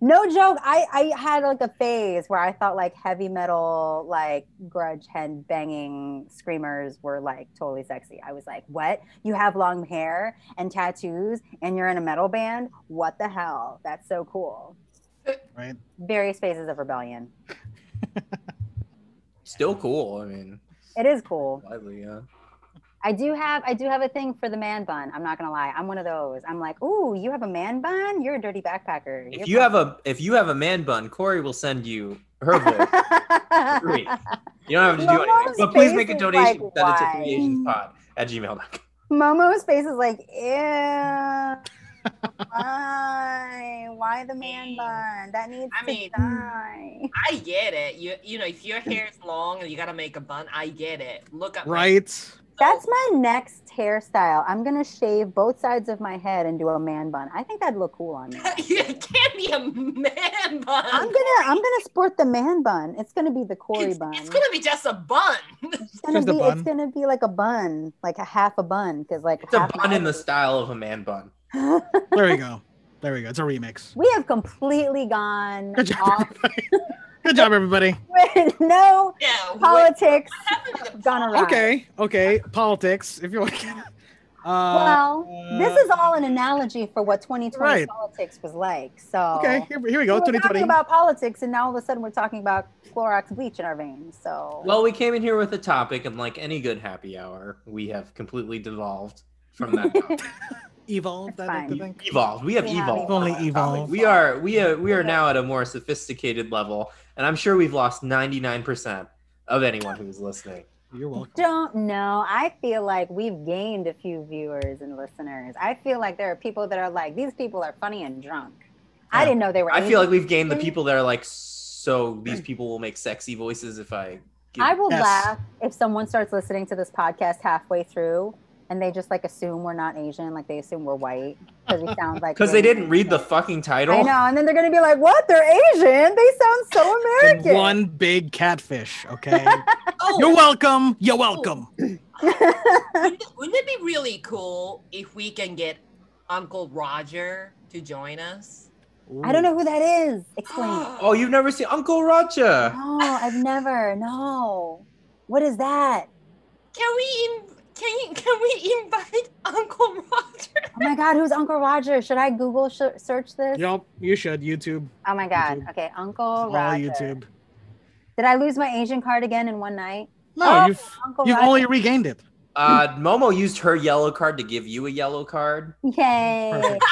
[SPEAKER 1] no joke. I, I had like a phase where I thought like heavy metal, like grudge head banging screamers were like totally sexy. I was like, what? You have long hair and tattoos and you're in a metal band? What the hell? That's so cool
[SPEAKER 5] right?
[SPEAKER 1] various phases of rebellion.
[SPEAKER 2] Still cool. I mean,
[SPEAKER 1] It is cool.
[SPEAKER 2] widely, yeah.
[SPEAKER 1] I do have I do have a thing for the man bun. I'm not gonna lie. I'm one of those. I'm like, ooh, you have a man bun? You're a dirty backpacker.
[SPEAKER 2] If you have a if you have a man bun, Corey will send you her voice. Three. You don't have to do anything.
[SPEAKER 1] Momo's
[SPEAKER 2] But please make a
[SPEAKER 1] face is
[SPEAKER 2] donation
[SPEAKER 1] like,
[SPEAKER 2] send it to
[SPEAKER 1] why?
[SPEAKER 2] three Asians Pod at gmail.com.
[SPEAKER 1] Momo's face is like, ew. Why? Why the man bun? That needs
[SPEAKER 4] I
[SPEAKER 1] to
[SPEAKER 4] mean-
[SPEAKER 1] die.
[SPEAKER 4] I get it. You you know, if your hair is long and you gotta make a bun, I get it. Look up my-
[SPEAKER 5] Right?
[SPEAKER 1] That's my next hairstyle. I'm gonna shave both sides of my head and do a man bun. I think that'd look cool on me.
[SPEAKER 4] it can't be a man bun.
[SPEAKER 1] I'm gonna I'm gonna sport the man bun. It's gonna be the Corey
[SPEAKER 4] it's,
[SPEAKER 1] bun.
[SPEAKER 4] it's gonna be just a bun.
[SPEAKER 1] It's gonna
[SPEAKER 5] Just a
[SPEAKER 1] be it's
[SPEAKER 5] bun.
[SPEAKER 1] gonna be like a bun, like a half a bun, because like
[SPEAKER 2] It's a
[SPEAKER 1] half
[SPEAKER 2] bun
[SPEAKER 1] my-
[SPEAKER 2] in the style of a man bun.
[SPEAKER 5] There we go. There we go. It's a remix.
[SPEAKER 1] we have completely gone
[SPEAKER 5] Good job,
[SPEAKER 1] off
[SPEAKER 5] everybody. Good job, everybody.
[SPEAKER 1] with no
[SPEAKER 4] yeah. what
[SPEAKER 1] politics
[SPEAKER 4] happened to the
[SPEAKER 1] gone awry.
[SPEAKER 5] Okay, okay. Politics, if you want to. Uh,
[SPEAKER 1] Well, this is all an analogy for what 2020
[SPEAKER 5] Right.
[SPEAKER 1] politics was like. So
[SPEAKER 5] okay, here, here we go.
[SPEAKER 1] we were talking
[SPEAKER 5] 2020.
[SPEAKER 1] about politics, and now all of a sudden we're talking about Clorox bleach in our veins. So
[SPEAKER 2] Well, we came in here with a topic, and like any good happy hour, we have completely devolved from that. topic.
[SPEAKER 5] Evolve,
[SPEAKER 1] That's
[SPEAKER 5] I
[SPEAKER 1] fine.
[SPEAKER 5] think.
[SPEAKER 2] evolved. We have
[SPEAKER 1] We have
[SPEAKER 2] evolved.
[SPEAKER 1] evolved.
[SPEAKER 5] Only
[SPEAKER 2] on that
[SPEAKER 5] evolved.
[SPEAKER 2] topic. We are we are we are
[SPEAKER 1] Okay.
[SPEAKER 2] now at a more sophisticated level, and I'm sure we've lost 99% of anyone who's listening.
[SPEAKER 5] You're welcome.
[SPEAKER 1] don't know. I feel like we've gained a few viewers and listeners. I feel like there are people that are like, these people are funny and drunk. I
[SPEAKER 5] Yeah.
[SPEAKER 1] didn't know they were.
[SPEAKER 2] I feel
[SPEAKER 1] Asian.
[SPEAKER 2] like we've gained the people that are like, so these people will make sexy voices if I. Give,
[SPEAKER 1] I will
[SPEAKER 5] Yes.
[SPEAKER 1] laugh if someone starts listening to this podcast halfway through and they just like assume we're not Asian, like they assume we're white because we sound like
[SPEAKER 2] because they
[SPEAKER 1] really
[SPEAKER 2] didn't read the
[SPEAKER 1] Asian.
[SPEAKER 2] fucking title.
[SPEAKER 1] I know, and then they're gonna be like, "What? They're Asian? They sound so
[SPEAKER 5] And
[SPEAKER 1] American."
[SPEAKER 5] one big catfish, okay?
[SPEAKER 4] Oh,
[SPEAKER 5] You're welcome. You're welcome.
[SPEAKER 4] wouldn't, it- wouldn't it be really cool if we can get Uncle Roger to join us?
[SPEAKER 1] I don't know who that is. Explain.
[SPEAKER 2] Oh, you've never seen Uncle Roger?
[SPEAKER 1] no, I've never. No, what is that?
[SPEAKER 4] Can we in, can you, can we invite Uncle Roger?
[SPEAKER 1] Oh my God, who's Uncle Roger? Should I Google sh- search this?
[SPEAKER 5] Yep, you should. YouTube.
[SPEAKER 1] Oh my God.
[SPEAKER 5] YouTube.
[SPEAKER 1] Okay,
[SPEAKER 5] All
[SPEAKER 1] Uncle Oh, Roger.
[SPEAKER 5] YouTube.
[SPEAKER 1] Did I lose my Asian card again in one night?
[SPEAKER 5] No,
[SPEAKER 1] Oh,
[SPEAKER 5] you've
[SPEAKER 1] Uncle
[SPEAKER 5] you've
[SPEAKER 1] Roger.
[SPEAKER 5] only regained it.
[SPEAKER 2] Uh, Momo used her yellow card to give you a yellow card.
[SPEAKER 1] Yay.
[SPEAKER 5] Perfect.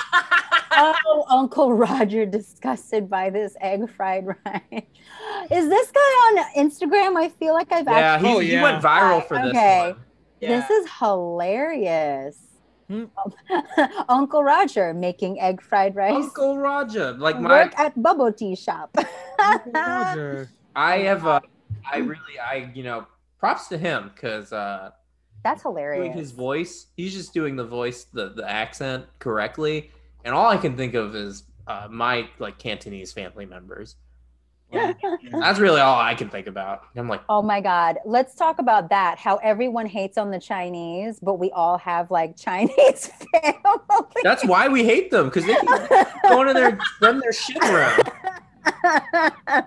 [SPEAKER 1] oh, Uncle Roger disgusted by this egg fried rice. Is this guy on Instagram? I feel like I've
[SPEAKER 2] Yeah, he,
[SPEAKER 3] Oh,
[SPEAKER 2] he
[SPEAKER 3] yeah.
[SPEAKER 2] went viral for this
[SPEAKER 1] Okay.
[SPEAKER 2] one.
[SPEAKER 1] actually. This is hilarious.
[SPEAKER 5] Hmm.
[SPEAKER 1] Uncle Roger making egg fried rice.
[SPEAKER 2] Uncle Roger, like my
[SPEAKER 1] Work at bubble tea shop.
[SPEAKER 5] Roger.
[SPEAKER 2] I have, uh, I really, I you know, props to him because uh,
[SPEAKER 1] That's
[SPEAKER 2] doing
[SPEAKER 1] hilarious.
[SPEAKER 2] his voice, he's just doing the voice, the the accent correctly, and all I can think of is uh, my like Cantonese family members. That's really all I can think about. And I'm like,
[SPEAKER 1] Oh my God. Let's talk about that. How everyone hates on the Chinese, but we all have like Chinese family.
[SPEAKER 2] that's why we hate them because they keep going in there, spreading their shit around.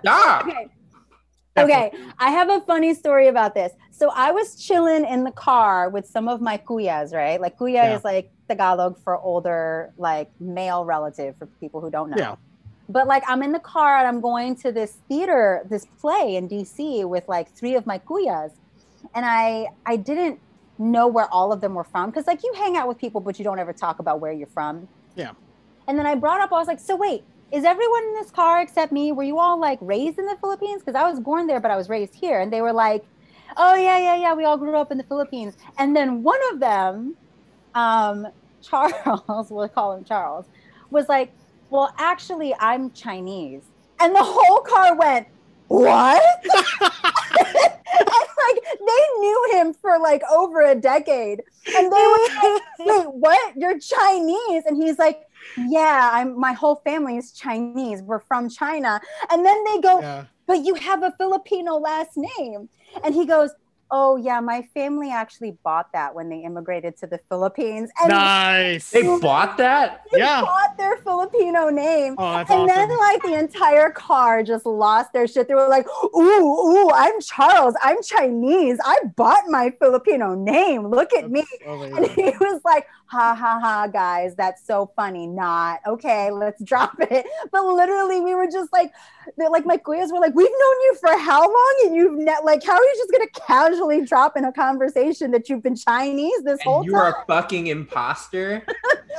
[SPEAKER 2] Stop.
[SPEAKER 1] okay. Okay, I have a funny story about this. So I was chilling in the car with some of my cuyas, right? Like cuya
[SPEAKER 5] Yeah.
[SPEAKER 1] is like Tagalog for older, like male relative for people who don't know.
[SPEAKER 5] Yeah.
[SPEAKER 1] But like I'm in the car and I'm going to this theater, this play in DC with like three of my kuyas. And I I didn't know where all of them were from because like you hang out with people but you don't ever talk about where you're from.
[SPEAKER 5] Yeah.
[SPEAKER 1] And then I brought up I was like, "So wait, is everyone in this car except me? Were you all like raised in the Philippines? Because I was born there, but I was raised here. And they were like, oh, yeah, yeah, yeah, we all grew up in the Philippines. And then one of them, um, Charles, we'll call him Charles, was like, well, actually, I'm Chinese. And the whole car went, what? and like they knew him for like over a decade. And they were like, wait, what? You're Chinese. And he's like, yeah, I'm my whole family is Chinese. We're from China. And then they go,
[SPEAKER 3] Yeah.
[SPEAKER 1] but you have a Filipino last name. And he goes, Oh yeah, my family actually bought that when they immigrated to the Philippines. And
[SPEAKER 3] Nice.
[SPEAKER 2] They bought that?
[SPEAKER 1] they
[SPEAKER 3] yeah.
[SPEAKER 1] bought their Filipino name.
[SPEAKER 3] Oh, that's
[SPEAKER 1] and
[SPEAKER 3] awesome.
[SPEAKER 1] then like the entire car just lost their shit. They were like, ooh, ooh, I'm Charles. I'm Chinese. I bought my Filipino name. Look at me.
[SPEAKER 3] Oh,
[SPEAKER 1] And he
[SPEAKER 3] yeah.
[SPEAKER 1] was like, ha ha ha, guys, that's so funny. Not okay, let's drop it. But literally, we were just like, they're like my kuyas were like, we've known you for how long? And you've ne- like, how are you just gonna casually drop in a conversation that you've been Chinese this whole
[SPEAKER 2] And you
[SPEAKER 1] time?
[SPEAKER 2] are a fucking imposter.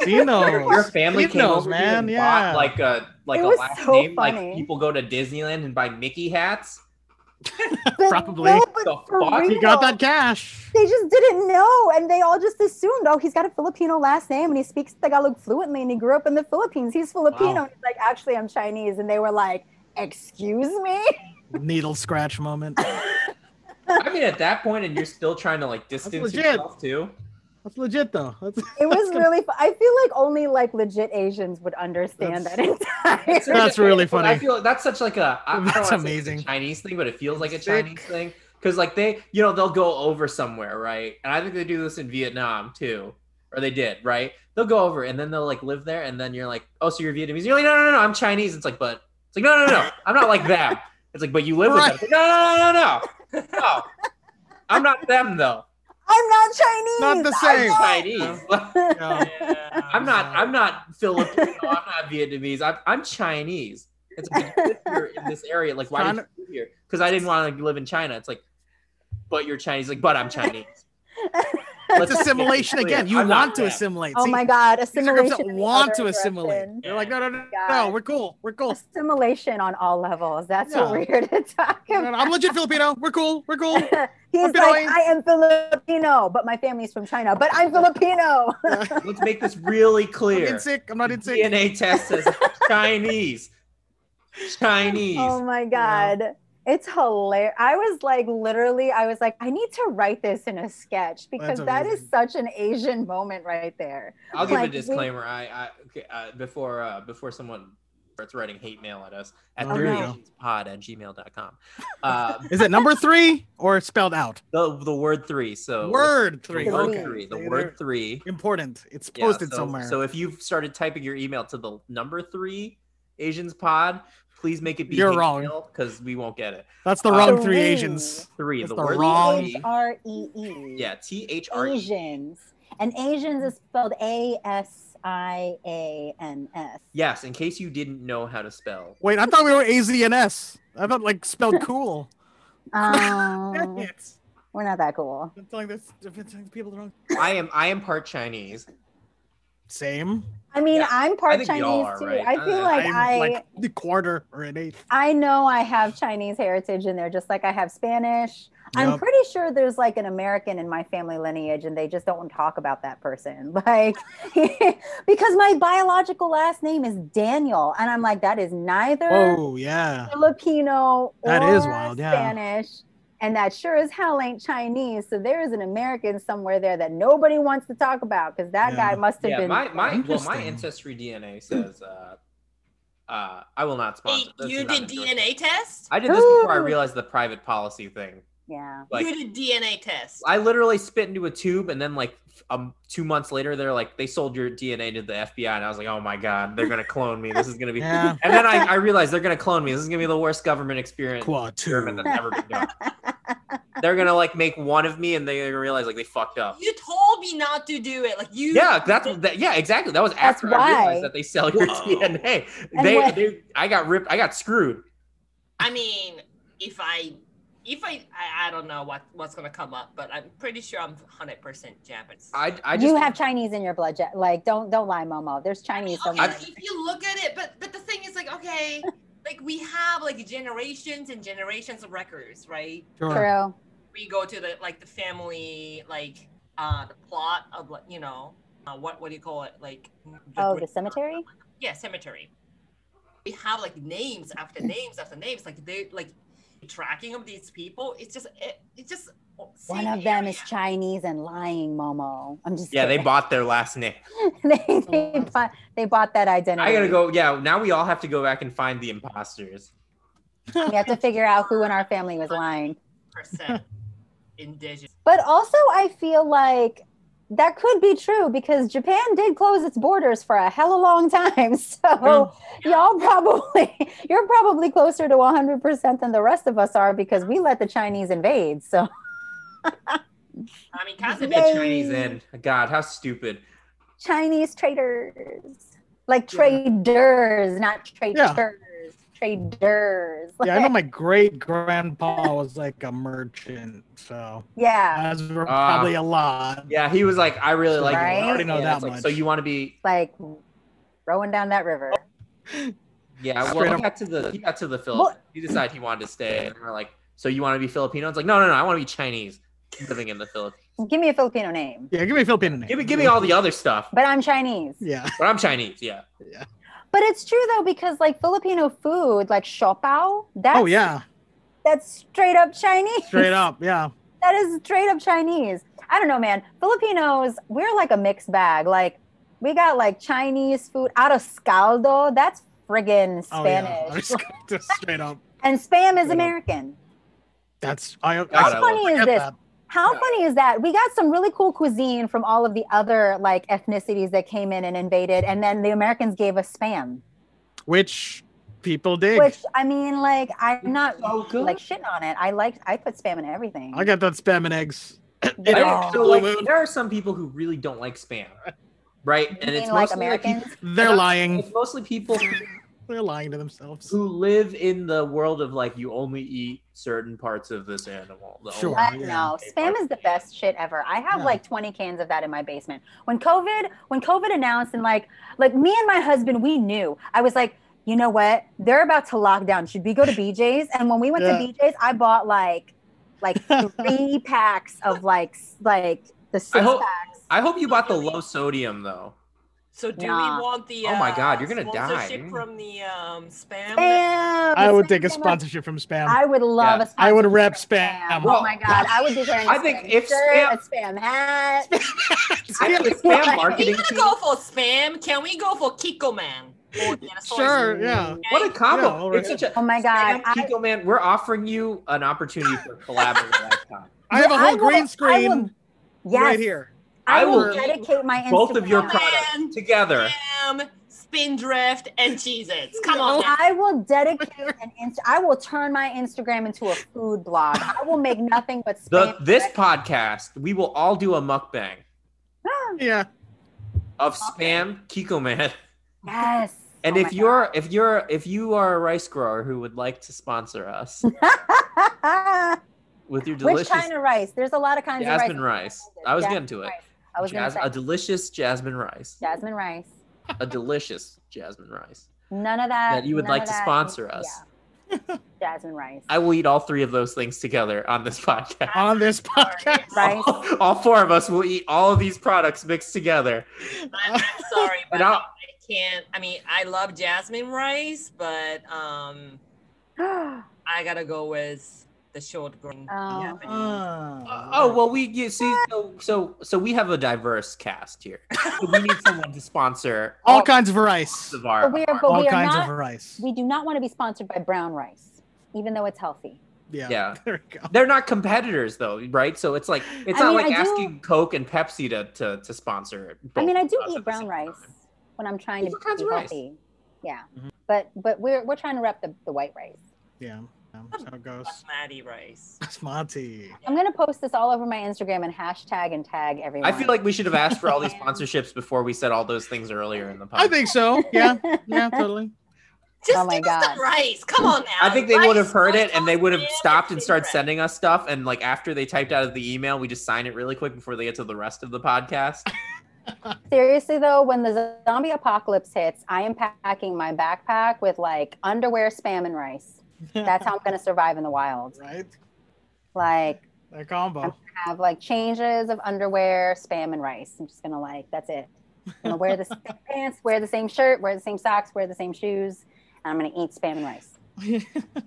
[SPEAKER 3] She knows.
[SPEAKER 2] Your family
[SPEAKER 3] She
[SPEAKER 2] came
[SPEAKER 3] knows,
[SPEAKER 2] over here
[SPEAKER 3] man.
[SPEAKER 2] and
[SPEAKER 3] Yeah.
[SPEAKER 2] bought like a like
[SPEAKER 1] It
[SPEAKER 2] a
[SPEAKER 1] was
[SPEAKER 2] last
[SPEAKER 1] so
[SPEAKER 2] name.
[SPEAKER 1] funny.
[SPEAKER 2] Like people go to Disneyland and buy Mickey hats.
[SPEAKER 1] But
[SPEAKER 5] Probably.
[SPEAKER 1] no, but
[SPEAKER 2] The
[SPEAKER 1] for
[SPEAKER 2] fuck? You
[SPEAKER 5] You got
[SPEAKER 1] real.
[SPEAKER 5] that cash.
[SPEAKER 1] they just didn't know and they all just assumed oh he's got a filipino last name and he speaks tagalog fluently and he grew up in the philippines he's filipino
[SPEAKER 5] Wow.
[SPEAKER 1] he's like actually i'm chinese and they were like excuse me
[SPEAKER 5] Needle scratch moment.
[SPEAKER 2] I mean, at that point, and you're still trying to like distance
[SPEAKER 3] legit.
[SPEAKER 2] yourself too.
[SPEAKER 5] That's legit though. That's,
[SPEAKER 1] it was really fu- i feel like only like legit asians would understand
[SPEAKER 5] That's-
[SPEAKER 1] that entire
[SPEAKER 5] That's really
[SPEAKER 2] But
[SPEAKER 5] funny.
[SPEAKER 2] I feel that's such like a I, I don't
[SPEAKER 5] That's
[SPEAKER 2] wanna say it's a
[SPEAKER 5] amazing.
[SPEAKER 2] Chinese thing, but it feels like a
[SPEAKER 5] Sick.
[SPEAKER 2] Chinese thing because like they you know they'll go over somewhere right, and I think they do this in Vietnam too, or they did right. They'll go over and then they'll like live there, and then you're like, oh, so you're Vietnamese? You're like, no, no, no, no I'm Chinese. It's like, but it's like, no, no, no, no, I'm not like them. It's like, but you live
[SPEAKER 5] Right.
[SPEAKER 2] with them. It's like, no, no, no, no, no, no. I'm not them though.
[SPEAKER 1] i'm not chinese
[SPEAKER 5] Not the
[SPEAKER 1] I'm
[SPEAKER 5] same.
[SPEAKER 1] not-
[SPEAKER 2] Chinese.
[SPEAKER 5] Uh-huh. no.
[SPEAKER 4] Yeah.
[SPEAKER 2] I'm not. I'm not Filipino. I'm not Vietnamese. I'm, I'm Chinese. It's like, you live here in this area. Like, why did
[SPEAKER 5] China-
[SPEAKER 2] you live here? Because I didn't want to live in China. It's like, but you're Chinese. Like, but I'm Chinese.
[SPEAKER 5] It's assimilation again. You want to assimilate.
[SPEAKER 1] oh
[SPEAKER 5] See,
[SPEAKER 1] my god
[SPEAKER 5] these are groups
[SPEAKER 1] assimilation
[SPEAKER 5] that
[SPEAKER 1] in the
[SPEAKER 5] want
[SPEAKER 1] other
[SPEAKER 5] to assimilate.
[SPEAKER 1] direction.
[SPEAKER 5] They're like, no, no, no, no,
[SPEAKER 1] God.
[SPEAKER 5] we're cool. We're cool.
[SPEAKER 1] assimilation on all levels that's what
[SPEAKER 5] Yeah.
[SPEAKER 1] we're here to talk
[SPEAKER 5] No,
[SPEAKER 1] about
[SPEAKER 5] no, I'm legit Filipino. We're cool. We're cool.
[SPEAKER 1] He's
[SPEAKER 5] I'm
[SPEAKER 1] like,
[SPEAKER 5] Pinoy.
[SPEAKER 1] I am Filipino, but my family's from China, but I'm Filipino.
[SPEAKER 2] Let's make this really
[SPEAKER 5] I'm
[SPEAKER 2] clear.
[SPEAKER 5] sick. I'm
[SPEAKER 2] The
[SPEAKER 5] not in sick.
[SPEAKER 2] DNA test says Chinese. Chinese.
[SPEAKER 1] oh my God. It's hilarious. I was like, literally, I was like, I need to write this in a sketch because
[SPEAKER 5] That's
[SPEAKER 1] that is
[SPEAKER 5] amazing.
[SPEAKER 1] such an Asian moment right there.
[SPEAKER 2] I'll give
[SPEAKER 1] Like,
[SPEAKER 2] a
[SPEAKER 1] we-
[SPEAKER 2] disclaimer. I, I okay, uh, before uh, before someone starts writing hate mail at us at
[SPEAKER 5] Oh,
[SPEAKER 1] there you go.
[SPEAKER 2] pod at gmail.com. Uh,
[SPEAKER 5] Is it number three or spelled out?
[SPEAKER 2] the the word three. So
[SPEAKER 5] Word
[SPEAKER 2] Uh, The
[SPEAKER 5] three.
[SPEAKER 1] Three.
[SPEAKER 2] word
[SPEAKER 5] Okay.
[SPEAKER 2] three. The
[SPEAKER 5] They're
[SPEAKER 2] word three.
[SPEAKER 5] Important. It's
[SPEAKER 2] Yeah,
[SPEAKER 5] posted
[SPEAKER 2] so,
[SPEAKER 5] somewhere.
[SPEAKER 2] So if you've started typing your email to the number three Asians pod, please make it be
[SPEAKER 5] You're wrong.
[SPEAKER 2] because we won't get it.
[SPEAKER 5] That's the
[SPEAKER 2] uh,
[SPEAKER 5] wrong
[SPEAKER 1] Three.
[SPEAKER 5] three Asians.
[SPEAKER 2] Three.
[SPEAKER 5] That's
[SPEAKER 2] the,
[SPEAKER 5] the
[SPEAKER 2] word
[SPEAKER 5] wrong-
[SPEAKER 2] three.
[SPEAKER 1] R E E.
[SPEAKER 2] Yeah, T H R E.
[SPEAKER 1] Asians. And Asians is spelled A S I A N S.
[SPEAKER 2] Yes, in case you didn't know how to spell.
[SPEAKER 5] Wait, I thought we were A Z and S. I thought like spelled cool. Dang
[SPEAKER 1] Um,
[SPEAKER 5] it.
[SPEAKER 1] we're not that cool.
[SPEAKER 5] I'm telling this. I've been telling people the wrong.
[SPEAKER 2] I am I am part Chinese.
[SPEAKER 5] Same.
[SPEAKER 1] I mean,
[SPEAKER 2] Yeah.
[SPEAKER 1] I'm part
[SPEAKER 2] think we
[SPEAKER 1] Chinese
[SPEAKER 2] all are,
[SPEAKER 1] too.
[SPEAKER 2] right?
[SPEAKER 1] I feel
[SPEAKER 2] I-
[SPEAKER 1] like
[SPEAKER 5] I'm
[SPEAKER 1] I,
[SPEAKER 5] like the quarter or an eighth.
[SPEAKER 1] I know I have Chinese heritage in there, just like I have Spanish. I'm
[SPEAKER 5] Yep.
[SPEAKER 1] pretty sure there's like an American in my family lineage, and they just don't want to talk about that person. Like, because my biological last name is Daniel, and I'm like, that is neither
[SPEAKER 5] Whoa, Oh, yeah.
[SPEAKER 1] Filipino
[SPEAKER 5] That
[SPEAKER 1] or
[SPEAKER 5] is wild, yeah.
[SPEAKER 1] Spanish. And that sure as hell ain't Chinese. So there is an American somewhere there that nobody wants to talk about because that
[SPEAKER 5] Yeah.
[SPEAKER 1] guy must have
[SPEAKER 2] Yeah,
[SPEAKER 1] been.
[SPEAKER 2] my my well, my
[SPEAKER 5] Interesting.
[SPEAKER 2] ancestry DNA says uh uh I will not
[SPEAKER 4] Hey,
[SPEAKER 2] sponsor. this
[SPEAKER 4] you
[SPEAKER 2] is not
[SPEAKER 4] did
[SPEAKER 2] an endorsement.
[SPEAKER 4] DNA test?
[SPEAKER 2] I did this before I
[SPEAKER 1] Ooh.
[SPEAKER 2] realized the private policy thing.
[SPEAKER 1] yeah.
[SPEAKER 2] Like
[SPEAKER 4] you did DNA test.
[SPEAKER 2] I literally spit into a tube, and then like um two months later, they're like, they sold your DNA to the FBI, and I was like, oh my god, they're gonna clone me. This is gonna be.
[SPEAKER 5] Yeah.
[SPEAKER 2] And then I, I realized they're gonna clone me. This is gonna be the worst government experience
[SPEAKER 5] Quad two.
[SPEAKER 2] experiment that's ever been done. they're gonna like make one of me, and they're gonna realize like they fucked up.
[SPEAKER 4] You told me not to do it. Like you.
[SPEAKER 2] Yeah, that's that, yeah, exactly. That was
[SPEAKER 1] That's
[SPEAKER 2] after I
[SPEAKER 1] why.
[SPEAKER 2] realized that they sell your
[SPEAKER 5] Whoa.
[SPEAKER 2] DNA.
[SPEAKER 1] And
[SPEAKER 2] They,
[SPEAKER 1] what-
[SPEAKER 2] they, I got ripped. I got screwed.
[SPEAKER 4] I mean, if I, if I, I, I don't know what what's gonna come up, but I'm pretty sure I'm 100 percent Japanese.
[SPEAKER 2] I, I just
[SPEAKER 1] you have Chinese in your blood. Ja- Like, don't don't lie, Momo. There's Chinese
[SPEAKER 4] okay,
[SPEAKER 1] somewhere.
[SPEAKER 4] if you look at it, but but the thing is like okay, like we have like generations and generations of records, right?
[SPEAKER 3] Sure.
[SPEAKER 1] True.
[SPEAKER 4] We go to the like the family like uh the plot of like you know uh, what what do you call it like
[SPEAKER 1] Oh, the cemetery.
[SPEAKER 4] yeah cemetery we have like names after names after names like they like tracking of these people it's just it, it's just
[SPEAKER 1] One
[SPEAKER 4] same
[SPEAKER 1] of them
[SPEAKER 4] area.
[SPEAKER 1] is Chinese and lying, Momo. I'm just
[SPEAKER 2] yeah, they
[SPEAKER 1] kidding.
[SPEAKER 2] bought their last name.
[SPEAKER 1] they, they bought they bought that identity.
[SPEAKER 2] I gotta go. Yeah, now we all have to go back and find the imposters.
[SPEAKER 1] We have to figure out who in our family was lying.
[SPEAKER 4] percent indigenous
[SPEAKER 1] But also, I feel like that could be true because Japan did close its borders for a hell of a long time. So
[SPEAKER 5] Oh.
[SPEAKER 1] y'all probably you're probably closer to 100% than the rest of us are because we let the Chinese invade. So
[SPEAKER 4] i mean kind
[SPEAKER 2] The
[SPEAKER 4] of
[SPEAKER 1] Yay.
[SPEAKER 2] Chinese in. God, how stupid.
[SPEAKER 1] Chinese traders, like traders, not traders,
[SPEAKER 3] Yeah.
[SPEAKER 1] traders.
[SPEAKER 5] Oh.
[SPEAKER 3] Yeah, I know my great grandpa was like a merchant, so
[SPEAKER 1] Yeah,
[SPEAKER 3] as we're
[SPEAKER 2] Ah.
[SPEAKER 3] probably a lot.
[SPEAKER 2] Yeah, he was like, I really like.
[SPEAKER 1] Right?
[SPEAKER 2] I
[SPEAKER 1] I already
[SPEAKER 3] know that much.
[SPEAKER 2] So you want to be?
[SPEAKER 1] like rowing down that river.
[SPEAKER 2] Yeah. Well,
[SPEAKER 3] Straight
[SPEAKER 2] he
[SPEAKER 3] up.
[SPEAKER 2] got to the he got to the Philippines. He decided he wanted to stay, and we're like, so you want to be Filipino? It's like, no, no, no. I want to be Chinese, living in the Philippines.
[SPEAKER 1] Give me a Filipino name,
[SPEAKER 3] Yeah, give me a Filipino name.
[SPEAKER 2] Give me, give me all the other stuff.
[SPEAKER 1] but I'm Chinese.
[SPEAKER 3] Yeah,
[SPEAKER 2] But I'm Chinese. Yeah.
[SPEAKER 1] But it's true though because like Filipino food, like shopao, that's
[SPEAKER 3] oh yeah,
[SPEAKER 1] that's straight up Chinese.
[SPEAKER 3] straight up, yeah.
[SPEAKER 1] That is straight up Chinese. I don't know, man. Filipinos, we're like a mixed bag. Like we got like Chinese food arroscaldo. That's friggin'
[SPEAKER 3] Oh
[SPEAKER 1] Spanish.
[SPEAKER 3] yeah, just, just straight up.
[SPEAKER 1] And spam is
[SPEAKER 3] Straight up.
[SPEAKER 1] American.
[SPEAKER 3] That's I.
[SPEAKER 2] God,
[SPEAKER 1] How
[SPEAKER 2] I
[SPEAKER 3] I
[SPEAKER 1] funny is
[SPEAKER 3] forget
[SPEAKER 1] this?
[SPEAKER 3] that.
[SPEAKER 1] How
[SPEAKER 2] Yeah.
[SPEAKER 1] funny is that? We got some really cool cuisine from all of the other like ethnicities that came in and invaded, and then the Americans gave us spam.
[SPEAKER 3] Which people dig?
[SPEAKER 1] Which I mean, like I'm not
[SPEAKER 2] So good.
[SPEAKER 1] like shitting on it. I like I put spam in everything.
[SPEAKER 3] I got that spam and eggs.
[SPEAKER 1] You
[SPEAKER 2] I-
[SPEAKER 1] know?
[SPEAKER 2] so
[SPEAKER 3] Blue
[SPEAKER 2] like,
[SPEAKER 3] moon.
[SPEAKER 2] there are some people who really don't like spam, right?
[SPEAKER 1] You
[SPEAKER 2] And it's
[SPEAKER 1] mean, like
[SPEAKER 2] mostly like, peop-
[SPEAKER 1] Americans.
[SPEAKER 3] They're lying.
[SPEAKER 2] it's mostly people
[SPEAKER 3] They're lying to themselves.
[SPEAKER 2] who live in the world of like you only eat certain parts of this animal. the
[SPEAKER 3] Sure.
[SPEAKER 2] only-
[SPEAKER 1] But
[SPEAKER 3] yeah.
[SPEAKER 1] no, spam is the best shit ever. I have
[SPEAKER 3] Yeah.
[SPEAKER 1] like 20 cans of that in my basement. When COVID, when COVID announced and like like me and my husband, we knew. I was like, you know what? They're about to lock down. Should we go to BJ's? And when we went
[SPEAKER 3] Yeah.
[SPEAKER 1] to BJ's, I bought like like three packs of like s- like the six
[SPEAKER 2] hope-
[SPEAKER 1] packs.
[SPEAKER 2] I hope you bought the low sodium though.
[SPEAKER 4] so do
[SPEAKER 1] Nah.
[SPEAKER 4] we want the
[SPEAKER 2] Oh my God, you're
[SPEAKER 4] uh,
[SPEAKER 2] gonna die.
[SPEAKER 4] sponsorship from the um spam
[SPEAKER 1] Spam,
[SPEAKER 3] I
[SPEAKER 1] the
[SPEAKER 3] would
[SPEAKER 1] spam
[SPEAKER 3] take a
[SPEAKER 1] came out.
[SPEAKER 3] sponsorship from spam.
[SPEAKER 1] I would love
[SPEAKER 2] Yeah.
[SPEAKER 1] a sponsor.
[SPEAKER 3] I would rep
[SPEAKER 1] for
[SPEAKER 3] spam.
[SPEAKER 1] Oh
[SPEAKER 2] Well,
[SPEAKER 1] my god, I would be wearing. a
[SPEAKER 2] I think
[SPEAKER 1] spam
[SPEAKER 2] if
[SPEAKER 1] shirt,
[SPEAKER 2] spam-
[SPEAKER 1] a spam hat.
[SPEAKER 2] I think the spam marketing
[SPEAKER 4] We're
[SPEAKER 2] team.
[SPEAKER 4] gonna go for spam. Can we go for Kiko Man? Or Dinosaurus?
[SPEAKER 3] Sure, yeah.
[SPEAKER 4] Okay?
[SPEAKER 2] What a combo!
[SPEAKER 3] Yeah, all right.
[SPEAKER 2] It's such a
[SPEAKER 1] Oh my god,
[SPEAKER 2] Spam,
[SPEAKER 1] I-
[SPEAKER 2] Kiko man. We're offering you an opportunity for a collaborative lifetime.
[SPEAKER 3] I have a
[SPEAKER 1] I
[SPEAKER 3] whole
[SPEAKER 1] will- I
[SPEAKER 3] green
[SPEAKER 1] will-
[SPEAKER 3] screen
[SPEAKER 1] yes,
[SPEAKER 3] right here.
[SPEAKER 1] I
[SPEAKER 2] I
[SPEAKER 1] will
[SPEAKER 2] will
[SPEAKER 1] dedicate my Instagram.
[SPEAKER 2] Both of your
[SPEAKER 4] Instagram.
[SPEAKER 2] products together.
[SPEAKER 4] Spam, spin drift, and cheez Its. Come on. now.
[SPEAKER 1] I will dedicate an Inst- I will turn my Instagram into a food blog. I will make nothing but
[SPEAKER 2] The
[SPEAKER 1] spam.
[SPEAKER 2] this podcast, we will all do a mukbang
[SPEAKER 3] Yeah,
[SPEAKER 2] of spam Kiko man.
[SPEAKER 1] yes.
[SPEAKER 2] And
[SPEAKER 1] Oh
[SPEAKER 2] if
[SPEAKER 1] my
[SPEAKER 2] you're if you're if you are a rice grower who would like to sponsor us
[SPEAKER 1] God.
[SPEAKER 2] with your
[SPEAKER 1] which
[SPEAKER 2] delicious
[SPEAKER 1] kind of rice? There's a lot of kinds
[SPEAKER 2] jasmine
[SPEAKER 1] of
[SPEAKER 2] rice,
[SPEAKER 1] rice.
[SPEAKER 2] I was
[SPEAKER 1] Jasmine
[SPEAKER 2] getting to it.
[SPEAKER 1] rice. I was
[SPEAKER 2] Jas- a
[SPEAKER 1] gonna say
[SPEAKER 2] delicious jasmine rice,
[SPEAKER 1] jasmine rice.
[SPEAKER 2] a delicious jasmine rice
[SPEAKER 1] None of that.
[SPEAKER 2] that you would
[SPEAKER 1] none
[SPEAKER 2] like
[SPEAKER 1] of
[SPEAKER 2] to
[SPEAKER 1] that.
[SPEAKER 2] sponsor us.
[SPEAKER 1] Yeah. Jasmine rice.
[SPEAKER 2] I will eat all three of those things together on this podcast.
[SPEAKER 3] on this podcast.
[SPEAKER 1] Rice.
[SPEAKER 2] All, all four of us will eat all of these products mixed together.
[SPEAKER 4] I'm, I'm sorry, but
[SPEAKER 2] And I'll,
[SPEAKER 4] I can't. I mean, I love jasmine rice, but um,
[SPEAKER 2] Oh.
[SPEAKER 4] I gotta go with the short green
[SPEAKER 1] Oh.
[SPEAKER 4] Japanese.
[SPEAKER 1] Uh,
[SPEAKER 3] Ah.
[SPEAKER 2] oh well, we you see so, so so we have a diverse cast here. So we need someone to sponsor
[SPEAKER 3] all kinds of rice.
[SPEAKER 2] of our.
[SPEAKER 1] but we are, but
[SPEAKER 3] All
[SPEAKER 1] we are
[SPEAKER 3] kinds
[SPEAKER 1] not.
[SPEAKER 3] of rice.
[SPEAKER 1] we do not want to be sponsored by brown rice, even though it's healthy.
[SPEAKER 3] Yeah.
[SPEAKER 2] yeah.
[SPEAKER 3] There we go.
[SPEAKER 2] they're not competitors though, right? So it's like it's
[SPEAKER 1] I mean,
[SPEAKER 2] not like
[SPEAKER 1] I do-
[SPEAKER 2] asking Coke and Pepsi to to, to sponsor.
[SPEAKER 1] I
[SPEAKER 2] both
[SPEAKER 1] mean, I do
[SPEAKER 2] of us at
[SPEAKER 1] eat
[SPEAKER 2] the
[SPEAKER 1] brown
[SPEAKER 2] same
[SPEAKER 1] rice
[SPEAKER 2] time.
[SPEAKER 1] when I'm trying to
[SPEAKER 2] Different kinds
[SPEAKER 1] be
[SPEAKER 2] of rice. Mm-hmm.
[SPEAKER 1] healthy. Yeah,
[SPEAKER 3] Mhm.
[SPEAKER 1] but but we're we're trying to rep the, the white rice.
[SPEAKER 3] Yeah. That's how it goes.
[SPEAKER 4] basmati rice.
[SPEAKER 3] Basmati.
[SPEAKER 1] I'm gonna post this all over my Instagram and hashtag and tag everyone.
[SPEAKER 2] I feel like we should have asked for all these sponsorships before we said all those things earlier in the podcast.
[SPEAKER 3] I think so. Yeah. Yeah, totally.
[SPEAKER 4] Just
[SPEAKER 1] Oh my
[SPEAKER 4] give us
[SPEAKER 1] God.
[SPEAKER 4] some rice. Come on now.
[SPEAKER 2] I think they would have
[SPEAKER 4] Rice,
[SPEAKER 2] heard
[SPEAKER 4] soy
[SPEAKER 2] it and they
[SPEAKER 4] sauce,
[SPEAKER 2] would have
[SPEAKER 4] and
[SPEAKER 2] stopped and
[SPEAKER 4] chicken
[SPEAKER 2] started
[SPEAKER 4] breast.
[SPEAKER 2] sending us stuff. And like after they typed out of the email, we just sign it really quick before they get to the rest of the podcast.
[SPEAKER 1] Seriously though, when the zombie apocalypse hits, I am packing my backpack with like underwear, spam, and rice. That's how I'm gonna survive in the wild.
[SPEAKER 3] right?
[SPEAKER 1] Like
[SPEAKER 3] Their combo.
[SPEAKER 1] have like changes of underwear, spam, and rice. I'm just gonna like that's it. I'm gonna wear the same pants, wear the same shirt, wear the same socks, wear the same shoes, and I'm gonna eat spam and rice.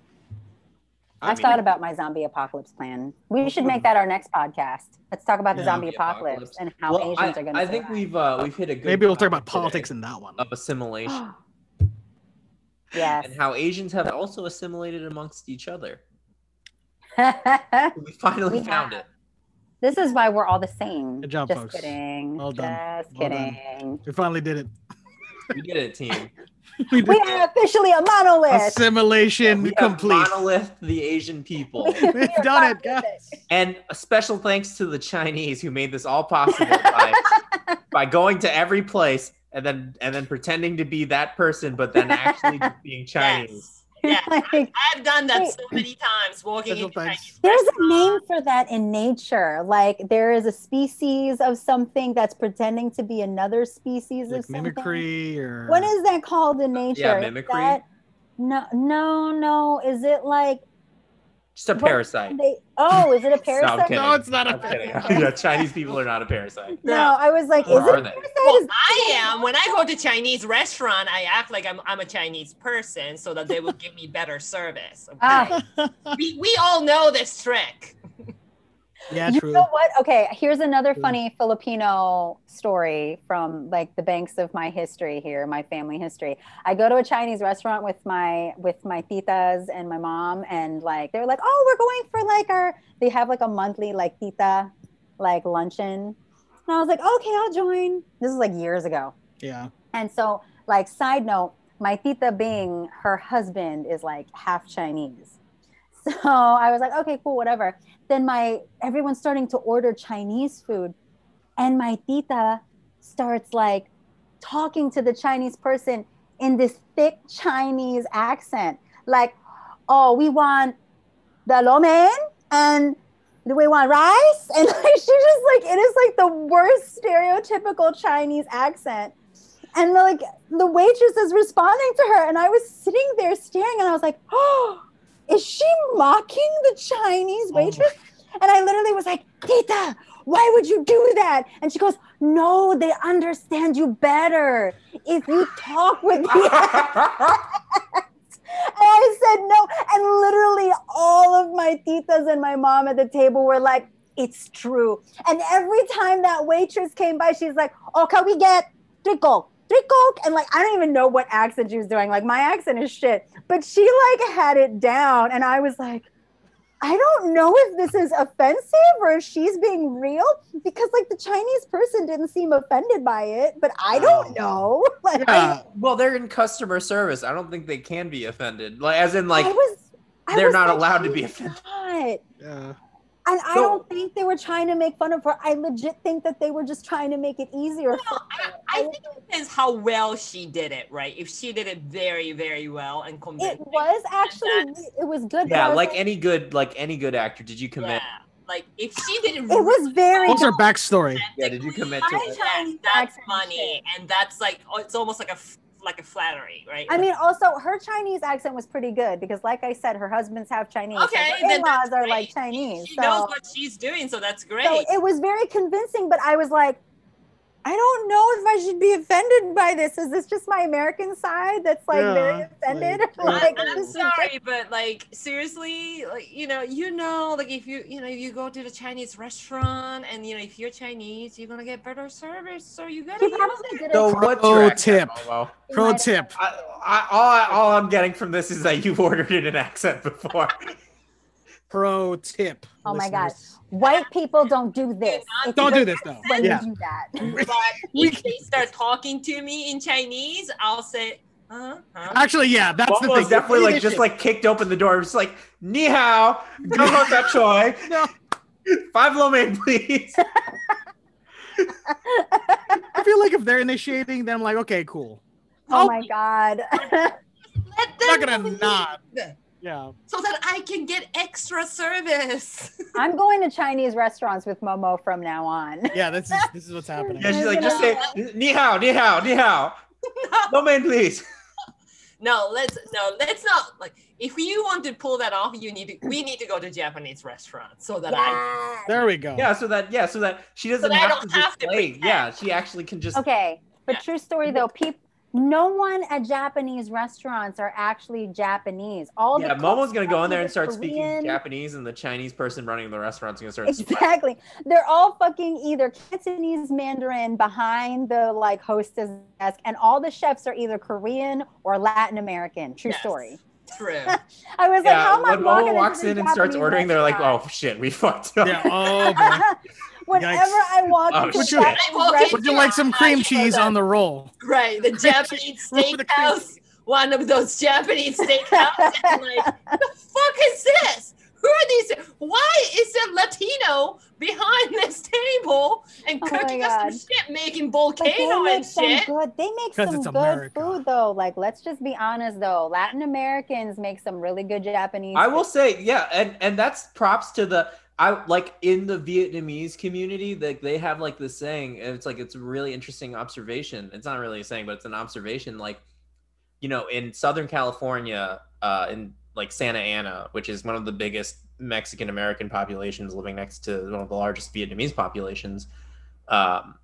[SPEAKER 1] I have
[SPEAKER 2] mean,
[SPEAKER 1] thought about my zombie apocalypse plan. We should make that our next podcast. Let's talk about the
[SPEAKER 3] Yeah.
[SPEAKER 1] zombie
[SPEAKER 2] Zombie
[SPEAKER 1] apocalypse,
[SPEAKER 2] apocalypse.
[SPEAKER 1] and how
[SPEAKER 2] well,
[SPEAKER 1] Asians
[SPEAKER 2] I,
[SPEAKER 1] are gonna.
[SPEAKER 2] I think
[SPEAKER 1] survive.
[SPEAKER 2] we've uh, we've hit a good.
[SPEAKER 5] Maybe we'll talk
[SPEAKER 2] topic
[SPEAKER 5] about
[SPEAKER 2] today
[SPEAKER 5] politics in that one.
[SPEAKER 2] of assimilation
[SPEAKER 1] yes.
[SPEAKER 2] and how Asians have also assimilated amongst each other. We finally
[SPEAKER 1] We
[SPEAKER 2] found
[SPEAKER 1] have.
[SPEAKER 2] it.
[SPEAKER 1] this is why we're all the same.
[SPEAKER 5] Good job,
[SPEAKER 1] Just
[SPEAKER 5] folks.
[SPEAKER 1] kidding.
[SPEAKER 5] Well done.
[SPEAKER 1] Just
[SPEAKER 5] Well done.
[SPEAKER 1] kidding.
[SPEAKER 5] We finally did it.
[SPEAKER 2] We did it, team.
[SPEAKER 5] We did
[SPEAKER 1] We are officially a monolith.
[SPEAKER 5] assimilation
[SPEAKER 2] We have
[SPEAKER 5] complete.
[SPEAKER 2] monolith the Asian people.
[SPEAKER 1] We
[SPEAKER 5] We've
[SPEAKER 1] are
[SPEAKER 5] done it,
[SPEAKER 1] monolithic.
[SPEAKER 5] guys.
[SPEAKER 2] And a special thanks to the Chinese who made this all possible by, by going to every place and then and then pretending to be that person, but then actually just being Chinese.
[SPEAKER 4] Yes. Yeah,
[SPEAKER 1] Like,
[SPEAKER 4] I've done that
[SPEAKER 1] Wait.
[SPEAKER 4] so many times. Walking
[SPEAKER 5] Special
[SPEAKER 4] into
[SPEAKER 5] thanks.
[SPEAKER 4] Chinese
[SPEAKER 1] There's a
[SPEAKER 4] restaurants.
[SPEAKER 1] name for that in nature. Like there is a species of something that's pretending to be another species of
[SPEAKER 5] Like
[SPEAKER 1] something.
[SPEAKER 5] mimicry or
[SPEAKER 1] What is that called in nature? Is
[SPEAKER 2] mimicry.
[SPEAKER 1] that- no, no, no. Is it like
[SPEAKER 2] Just a
[SPEAKER 1] What-
[SPEAKER 2] parasite.
[SPEAKER 1] they? Oh, is it a
[SPEAKER 2] Stop
[SPEAKER 1] parasite?
[SPEAKER 2] kidding.
[SPEAKER 1] No,
[SPEAKER 3] No, it's not a
[SPEAKER 2] I'm kidding. yeah, Chinese people are not a parasite.
[SPEAKER 1] I was like,
[SPEAKER 2] Or
[SPEAKER 1] is it
[SPEAKER 2] are
[SPEAKER 1] a
[SPEAKER 2] they?
[SPEAKER 1] parasite?
[SPEAKER 4] Well,
[SPEAKER 1] Is-
[SPEAKER 4] I am. When I go to Chinese restaurant, I act like I'm, I'm a Chinese person so that they will give me better service. Okay?
[SPEAKER 1] Ah.
[SPEAKER 4] we, we all know this trick.
[SPEAKER 5] Yeah,
[SPEAKER 1] you
[SPEAKER 5] true.
[SPEAKER 1] know what? Okay, here's another
[SPEAKER 5] True.
[SPEAKER 1] funny Filipino story from like the banks of my history here, my family history. I go to a Chinese restaurant with my with my titas and my mom, and like they're like, "Oh, we're going for like our." They have like a monthly like tita, like luncheon, and I was like, "Okay, I'll join." This is like years ago.
[SPEAKER 5] Yeah.
[SPEAKER 1] And so, like, side note, my tita Bing, her husband is like half Chinese. So I was like, okay, cool, whatever. Then my everyone's starting to order Chinese food, and my tita starts like talking to the Chinese person in this thick Chinese accent, like, oh, we want the lo mein and do we want rice? And like she just like it is like the worst stereotypical Chinese accent. And like the waitress is responding to her, and I was sitting there staring, and I was like, "Oh, is she mocking the Chinese
[SPEAKER 5] Oh my-
[SPEAKER 1] waitress?" and I literally was like, "Tita, why would you do that?" And she goes, "No, they understand you better if you talk with the." And I said no. And literally all of my titas and my mom at the table were like, it's true. And every time that waitress came by, she's like, oh, can we get three coke, three coke? And like, I don't even know what accent she was doing. Like, my accent is shit. But she like had it down. And I was like, I don't know if this is offensive or if she's being real because like the Chinese person didn't seem offended by it, but I don't
[SPEAKER 2] Oh.
[SPEAKER 1] know. Like, I-
[SPEAKER 3] Uh,
[SPEAKER 5] Yeah.
[SPEAKER 2] Well, they're in customer service. I don't think they can be offended. Like as in like
[SPEAKER 1] I was, I
[SPEAKER 2] they're
[SPEAKER 1] was
[SPEAKER 2] not
[SPEAKER 1] like,
[SPEAKER 2] allowed to be
[SPEAKER 1] "She's
[SPEAKER 2] offended."
[SPEAKER 1] not."
[SPEAKER 3] uh,
[SPEAKER 5] Yeah.
[SPEAKER 1] And I
[SPEAKER 2] So-
[SPEAKER 1] don't think they were trying to make fun of her. I legit think that they were just trying to make it easier. for her.
[SPEAKER 4] I think it depends how well she did it, right? If she did it very, very well and
[SPEAKER 1] it
[SPEAKER 4] convincing,
[SPEAKER 1] was actually
[SPEAKER 4] that's-
[SPEAKER 1] it was good. but I
[SPEAKER 2] yeah,
[SPEAKER 1] was
[SPEAKER 2] like any good like any good actor, did you
[SPEAKER 4] yeah.
[SPEAKER 2] commit?
[SPEAKER 4] Like if she did it,
[SPEAKER 1] it was very.
[SPEAKER 5] What's her backstory?
[SPEAKER 2] Yeah, did you commit to
[SPEAKER 1] I
[SPEAKER 2] it?
[SPEAKER 1] Chinese
[SPEAKER 4] that's
[SPEAKER 1] accent shit.
[SPEAKER 4] money, and that's like oh, it's almost like a f- like a flattery, right?
[SPEAKER 1] I mean, also her Chinese accent was pretty good because, like I said, her husband's half Chinese. and
[SPEAKER 4] okay,
[SPEAKER 1] her
[SPEAKER 4] then that's
[SPEAKER 1] in-laws are
[SPEAKER 4] great.
[SPEAKER 1] like
[SPEAKER 4] She-
[SPEAKER 1] Chinese.
[SPEAKER 4] She
[SPEAKER 1] so,
[SPEAKER 4] knows what she's doing, so that's great.
[SPEAKER 1] so it was very convincing. But I was like, I don't know if I should be offended by this. Is this just my American side that's like very
[SPEAKER 5] Yeah,
[SPEAKER 1] offended?
[SPEAKER 5] like,
[SPEAKER 4] I-
[SPEAKER 1] Like,
[SPEAKER 4] I'm
[SPEAKER 1] this is
[SPEAKER 4] sorry, but like seriously, like you know, you know, like if you you know if you go to the Chinese restaurant and you know if you're Chinese, you're gonna get better service, so you gotta.
[SPEAKER 1] He
[SPEAKER 4] use
[SPEAKER 1] probably
[SPEAKER 4] it.
[SPEAKER 1] did it.
[SPEAKER 2] So
[SPEAKER 5] Pro
[SPEAKER 2] what's your
[SPEAKER 5] tip.
[SPEAKER 2] accent, Momo?
[SPEAKER 5] Pro tip.
[SPEAKER 2] Oh, I, I, all, I, all I'm getting from this is that you've ordered in an accent before.
[SPEAKER 5] Pro tip.
[SPEAKER 1] Oh my God.
[SPEAKER 5] listeners.
[SPEAKER 1] White people don't do this. It's
[SPEAKER 5] Don't do
[SPEAKER 1] racist
[SPEAKER 5] this though.
[SPEAKER 1] When
[SPEAKER 5] Yeah.
[SPEAKER 1] you do that.
[SPEAKER 4] But if they start talking to me in Chinese, I'll say Uh-huh. huh?
[SPEAKER 3] Actually, yeah, that's the thing.
[SPEAKER 2] Momo's definitely like just
[SPEAKER 3] Leadership.
[SPEAKER 2] like kicked open the door. Just like ni hao, go hot that choy.
[SPEAKER 3] No.
[SPEAKER 2] Five lo mein, please.
[SPEAKER 3] I feel like if they're initiating, then I'm like, okay, cool.
[SPEAKER 1] Oh
[SPEAKER 3] Oh.
[SPEAKER 1] my god.
[SPEAKER 4] Let
[SPEAKER 3] I'm
[SPEAKER 4] them
[SPEAKER 3] not gonna
[SPEAKER 4] leave
[SPEAKER 3] not. Yeah.
[SPEAKER 4] so that I can get extra service.
[SPEAKER 1] I'm going to Chinese restaurants with Momo from now on.
[SPEAKER 3] Yeah, this is this is what's happening.
[SPEAKER 2] Yeah, she's like just say ni hao, ni hao, ni hao. Lo mein, please.
[SPEAKER 4] no, let's no, let's not like if you want to pull that off, you need to we need to go to Japanese restaurants so that I
[SPEAKER 3] There we go.
[SPEAKER 2] Yeah, so that yeah, so that she doesn't
[SPEAKER 4] that I
[SPEAKER 2] have
[SPEAKER 4] don't
[SPEAKER 2] to
[SPEAKER 4] have
[SPEAKER 2] just
[SPEAKER 4] to
[SPEAKER 2] play.
[SPEAKER 4] pretend.
[SPEAKER 2] Yeah, she actually can just.
[SPEAKER 1] Okay, but true story though, peep. No one at Japanese restaurants are actually Japanese. All
[SPEAKER 2] Yeah,
[SPEAKER 1] the
[SPEAKER 2] Momo's gonna go in there
[SPEAKER 1] fucking
[SPEAKER 2] and start speaking
[SPEAKER 1] Korean-
[SPEAKER 2] Japanese, and the Chinese person running the restaurant's gonna start.
[SPEAKER 1] Exactly. They're all fucking either Cantonese Mandarin behind the like hostess desk, and all the chefs are either Korean or Latin American. True
[SPEAKER 4] Yes.
[SPEAKER 1] story.
[SPEAKER 4] true.
[SPEAKER 1] I was like,
[SPEAKER 2] Yeah,
[SPEAKER 1] how am I
[SPEAKER 2] when Momo
[SPEAKER 1] walking
[SPEAKER 2] walks
[SPEAKER 1] into
[SPEAKER 2] in
[SPEAKER 1] a
[SPEAKER 2] and starts
[SPEAKER 1] Japanese
[SPEAKER 2] ordering, they're like,
[SPEAKER 1] restaurant?
[SPEAKER 2] "Oh shit, we fucked up."
[SPEAKER 3] Yeah. Oh boy.
[SPEAKER 1] Whenever
[SPEAKER 3] yikes.
[SPEAKER 1] I walk
[SPEAKER 2] Oh,
[SPEAKER 1] into a
[SPEAKER 3] shit. Would you-
[SPEAKER 1] Japanese
[SPEAKER 4] Would you
[SPEAKER 1] restaurant-
[SPEAKER 3] Would you like some cream cheese on the roll?
[SPEAKER 4] Right. The Japanese
[SPEAKER 3] Roll the cream
[SPEAKER 4] steakhouse. One of those Japanese steakhouses. and like, the fuck is this? Who are these? Why is a Latino behind this table and
[SPEAKER 1] Oh my
[SPEAKER 4] cooking us some shit, making
[SPEAKER 1] they
[SPEAKER 4] volcano
[SPEAKER 1] make
[SPEAKER 4] and
[SPEAKER 1] some
[SPEAKER 4] shit?
[SPEAKER 1] good. They make
[SPEAKER 5] 'Cause
[SPEAKER 1] some
[SPEAKER 5] it's
[SPEAKER 1] good
[SPEAKER 5] America.
[SPEAKER 1] food though. Like, let's just be honest though. Latin Americans make some really good Japanese.
[SPEAKER 2] I will say, yeah, and and that's props to the I like in the Vietnamese community, like they have like this saying, and it's like it's a really interesting observation. It's not really a saying, but it's an observation. Like, you know, in Southern California, uh, in like Santa Ana, which is one of the biggest Mexican American populations living next to one of the largest Vietnamese populations, um,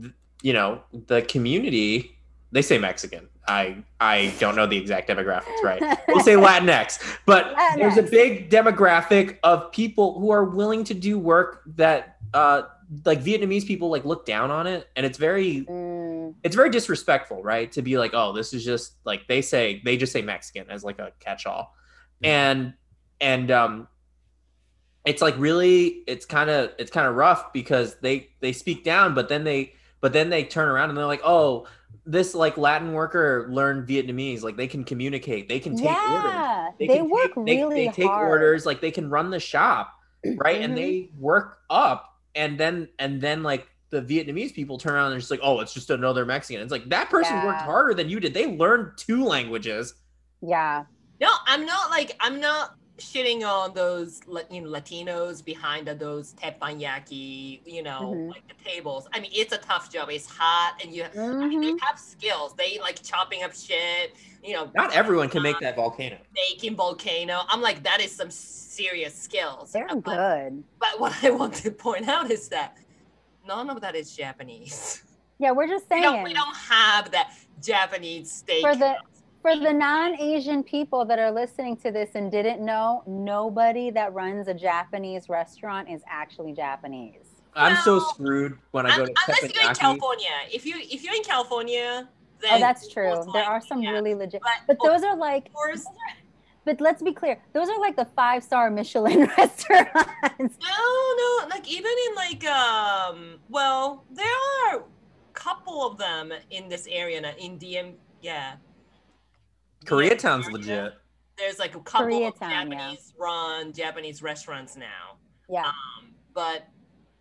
[SPEAKER 2] th- you know, the community they say Mexican. I I don't know the exact demographics, right? we'll say Latinx, but there's a
[SPEAKER 1] Latinx.
[SPEAKER 2] big demographic of people who are willing to do work that uh like Vietnamese people like look down on it and it's very
[SPEAKER 1] Mm,
[SPEAKER 2] it's very disrespectful, right? To be like, "Oh, this is just like they say they just say Mexican as like a catch-all." And and um it's like really it's kind of it's kind of rough because they they speak down but then they but then they turn around and they're like, "Oh, this like Latin worker learned Vietnamese, like they can communicate, they can take orders."
[SPEAKER 1] yeah, they,
[SPEAKER 2] can
[SPEAKER 1] work
[SPEAKER 2] take,
[SPEAKER 1] really
[SPEAKER 2] they, they take
[SPEAKER 1] hard.
[SPEAKER 2] orders like they can run the shop right and they work up and then and then like the vietnamese people turn around and just like oh it's just another mexican it's like that person worked
[SPEAKER 1] Yeah.
[SPEAKER 2] harder than you did they learned two languages
[SPEAKER 1] Yeah,
[SPEAKER 4] No, I'm not like I'm not shitting on those Lat- you know, Latinos behind the- those teppanyaki, you know,
[SPEAKER 1] Mhm.
[SPEAKER 4] like the tables. I mean, it's a tough job. It's hot, and you I
[SPEAKER 1] Mm-hmm.
[SPEAKER 4] mean,
[SPEAKER 2] Mm-hmm.
[SPEAKER 4] they have skills. They like chopping up shit, you know,
[SPEAKER 2] not everyone can make that volcano
[SPEAKER 4] baking volcano. I'm like, that is some serious skills. Uh,
[SPEAKER 1] they're
[SPEAKER 4] but,
[SPEAKER 1] good.
[SPEAKER 4] But what I want to point out is that none of that is Japanese.
[SPEAKER 1] Yeah, we're just
[SPEAKER 4] We
[SPEAKER 1] saying.
[SPEAKER 4] don't, we don't have that Japanese steak.
[SPEAKER 1] for the for the non-asian people that are listening to this and didn't know nobody that runs a japanese restaurant is actually japanese Oh,
[SPEAKER 2] i'm so
[SPEAKER 4] No.
[SPEAKER 2] screwed when i go
[SPEAKER 4] Un-
[SPEAKER 2] to
[SPEAKER 4] unless you're in
[SPEAKER 2] teppanyaki
[SPEAKER 4] California. If you if you're in California, then
[SPEAKER 1] oh that's true
[SPEAKER 4] most
[SPEAKER 1] there are
[SPEAKER 4] likely,
[SPEAKER 1] some
[SPEAKER 4] yeah.
[SPEAKER 1] really legit
[SPEAKER 4] But,
[SPEAKER 1] but
[SPEAKER 4] of
[SPEAKER 1] those are like
[SPEAKER 4] course,
[SPEAKER 1] but let's be clear those are like the five star michelin restaurants
[SPEAKER 4] no, no. Like even in like um, well, there are couple of them in this area now, in DM. Yeah,
[SPEAKER 2] koreatown's
[SPEAKER 4] Yeah.
[SPEAKER 2] legit
[SPEAKER 4] There's like a couple of
[SPEAKER 1] Koreatown, yeah.
[SPEAKER 4] Japanese run Japanese restaurants now.
[SPEAKER 1] yeah
[SPEAKER 4] Um, but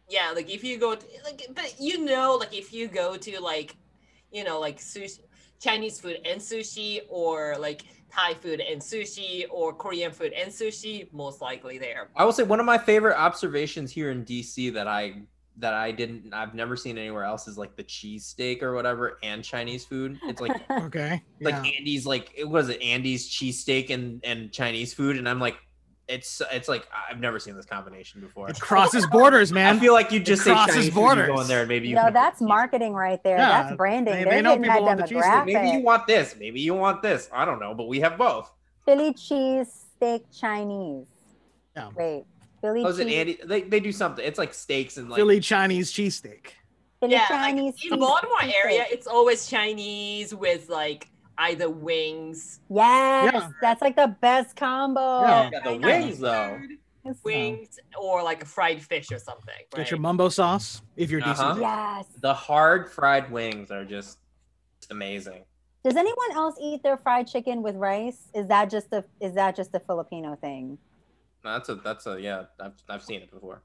[SPEAKER 4] yeah, like if you go to, like, but you know, like if you go to like, you know, like sushi, Chinese food and sushi, or like Thai food and sushi, or Korean food and sushi, most likely there.
[SPEAKER 2] I will say one of my favorite observations here in DC that I that I didn't I've never seen anywhere else is like the cheesesteak or whatever and Chinese food. It's like
[SPEAKER 3] Okay.
[SPEAKER 2] like
[SPEAKER 3] Yeah.
[SPEAKER 2] Andy's like it was it Andy's cheesesteak and and Chinese food and I'm like it's it's like I've never seen this combination before.
[SPEAKER 3] It crosses borders,
[SPEAKER 2] I
[SPEAKER 3] man.
[SPEAKER 2] feel like you just say
[SPEAKER 5] crosses
[SPEAKER 2] Chinese food, you go
[SPEAKER 5] borders.
[SPEAKER 2] in there and maybe you
[SPEAKER 1] no
[SPEAKER 2] can-
[SPEAKER 1] that's marketing right there
[SPEAKER 3] Yeah,
[SPEAKER 1] that's branding
[SPEAKER 3] they-
[SPEAKER 1] they're
[SPEAKER 3] they know
[SPEAKER 1] hitting that
[SPEAKER 3] people want the cheesesteak.
[SPEAKER 1] demographic
[SPEAKER 2] Maybe you want this, maybe you want this. I don't know, but we have both.
[SPEAKER 1] philly cheese steak chinese
[SPEAKER 5] Yeah.
[SPEAKER 1] wait philly
[SPEAKER 2] Oh, is it
[SPEAKER 1] cheese
[SPEAKER 2] Andy? They, they do something. It's like steaks and like
[SPEAKER 5] Philly Chinese cheesesteak.
[SPEAKER 1] philly
[SPEAKER 4] yeah,
[SPEAKER 1] chinese
[SPEAKER 4] like in
[SPEAKER 1] cheese
[SPEAKER 4] Baltimore
[SPEAKER 1] steak.
[SPEAKER 4] area, it's always Chinese with like either wings.
[SPEAKER 1] Yes,
[SPEAKER 3] Yeah.
[SPEAKER 1] that's like the best combo.
[SPEAKER 3] Yeah.
[SPEAKER 2] Yeah, the
[SPEAKER 4] Chinese
[SPEAKER 2] wings though.
[SPEAKER 4] food, wings, or like a fried fish or something.
[SPEAKER 5] Get your
[SPEAKER 4] right?
[SPEAKER 5] mumbo sauce if you're
[SPEAKER 2] Uh-huh.
[SPEAKER 5] decent.
[SPEAKER 1] Yes.
[SPEAKER 2] The hard fried wings are just amazing.
[SPEAKER 1] Does anyone else eat their fried chicken with rice? Is that just a is that just a Filipino thing?
[SPEAKER 2] No, that's a that's a yeah. I've I've seen it before.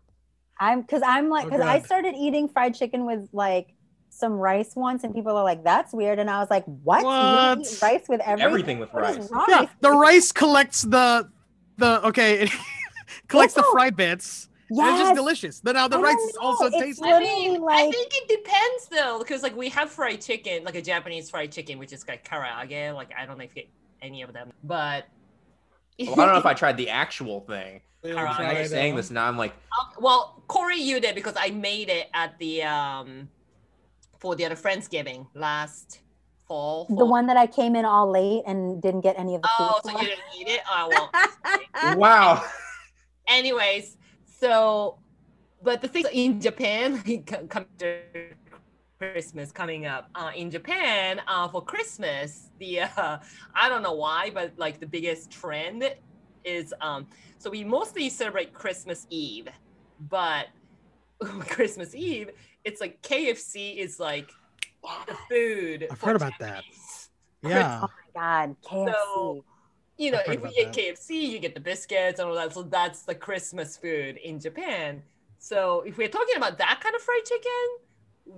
[SPEAKER 1] I'm because I'm like
[SPEAKER 3] Oh,
[SPEAKER 1] because I
[SPEAKER 3] God.
[SPEAKER 1] started eating fried chicken with like some rice once, and people are like, "That's weird," and I was like, "What? You eat
[SPEAKER 3] What?
[SPEAKER 1] rice with everything?
[SPEAKER 2] Everything with
[SPEAKER 1] What is
[SPEAKER 2] rice.
[SPEAKER 1] wrong
[SPEAKER 3] Yeah,
[SPEAKER 1] with
[SPEAKER 3] the
[SPEAKER 1] you?"
[SPEAKER 3] rice collects the the okay, it collects the
[SPEAKER 1] Also-
[SPEAKER 3] fried bits. and
[SPEAKER 1] Oh. Yes.
[SPEAKER 3] It's just delicious. Then now the
[SPEAKER 1] I
[SPEAKER 3] rice
[SPEAKER 1] don't
[SPEAKER 3] is also
[SPEAKER 1] know, it's
[SPEAKER 3] tasty.
[SPEAKER 1] like-
[SPEAKER 4] I
[SPEAKER 1] Literally,
[SPEAKER 4] mean, I
[SPEAKER 1] like-
[SPEAKER 4] think it depends though, because like we have fried chicken, like a Japanese fried chicken, which is like karaage. Like I don't know if you get any of them, but
[SPEAKER 2] Well, I don't know if I tried the actual thing.
[SPEAKER 4] Alright,
[SPEAKER 2] Now you're saying this now. I'm like,
[SPEAKER 4] well, Corey, you did because I made it at the um for the other Friendsgiving last fall.
[SPEAKER 1] the
[SPEAKER 4] fall.
[SPEAKER 1] one that I came in all late and didn't get any of the
[SPEAKER 4] Oh,
[SPEAKER 1] food.
[SPEAKER 4] so you didn't eat it? Oh well.
[SPEAKER 2] wow.
[SPEAKER 4] Anyways, so but the thing in Japan come after Christmas coming up. Uh, in Japan, uh, for Christmas, the uh, I don't know why, but like the biggest trend is um, so we mostly celebrate Christmas Eve, but Christmas Eve, it's like KFC is like the food.
[SPEAKER 5] I've
[SPEAKER 4] for
[SPEAKER 5] heard about that.
[SPEAKER 4] Japanese
[SPEAKER 5] Yeah.
[SPEAKER 1] Oh God, KFC.
[SPEAKER 4] So- you know,
[SPEAKER 5] I've heard
[SPEAKER 4] if we
[SPEAKER 5] about
[SPEAKER 4] get
[SPEAKER 5] that.
[SPEAKER 4] KFC, you get the biscuits and all that. So that's the Christmas food in Japan. So if we're talking about that kind of fried chicken,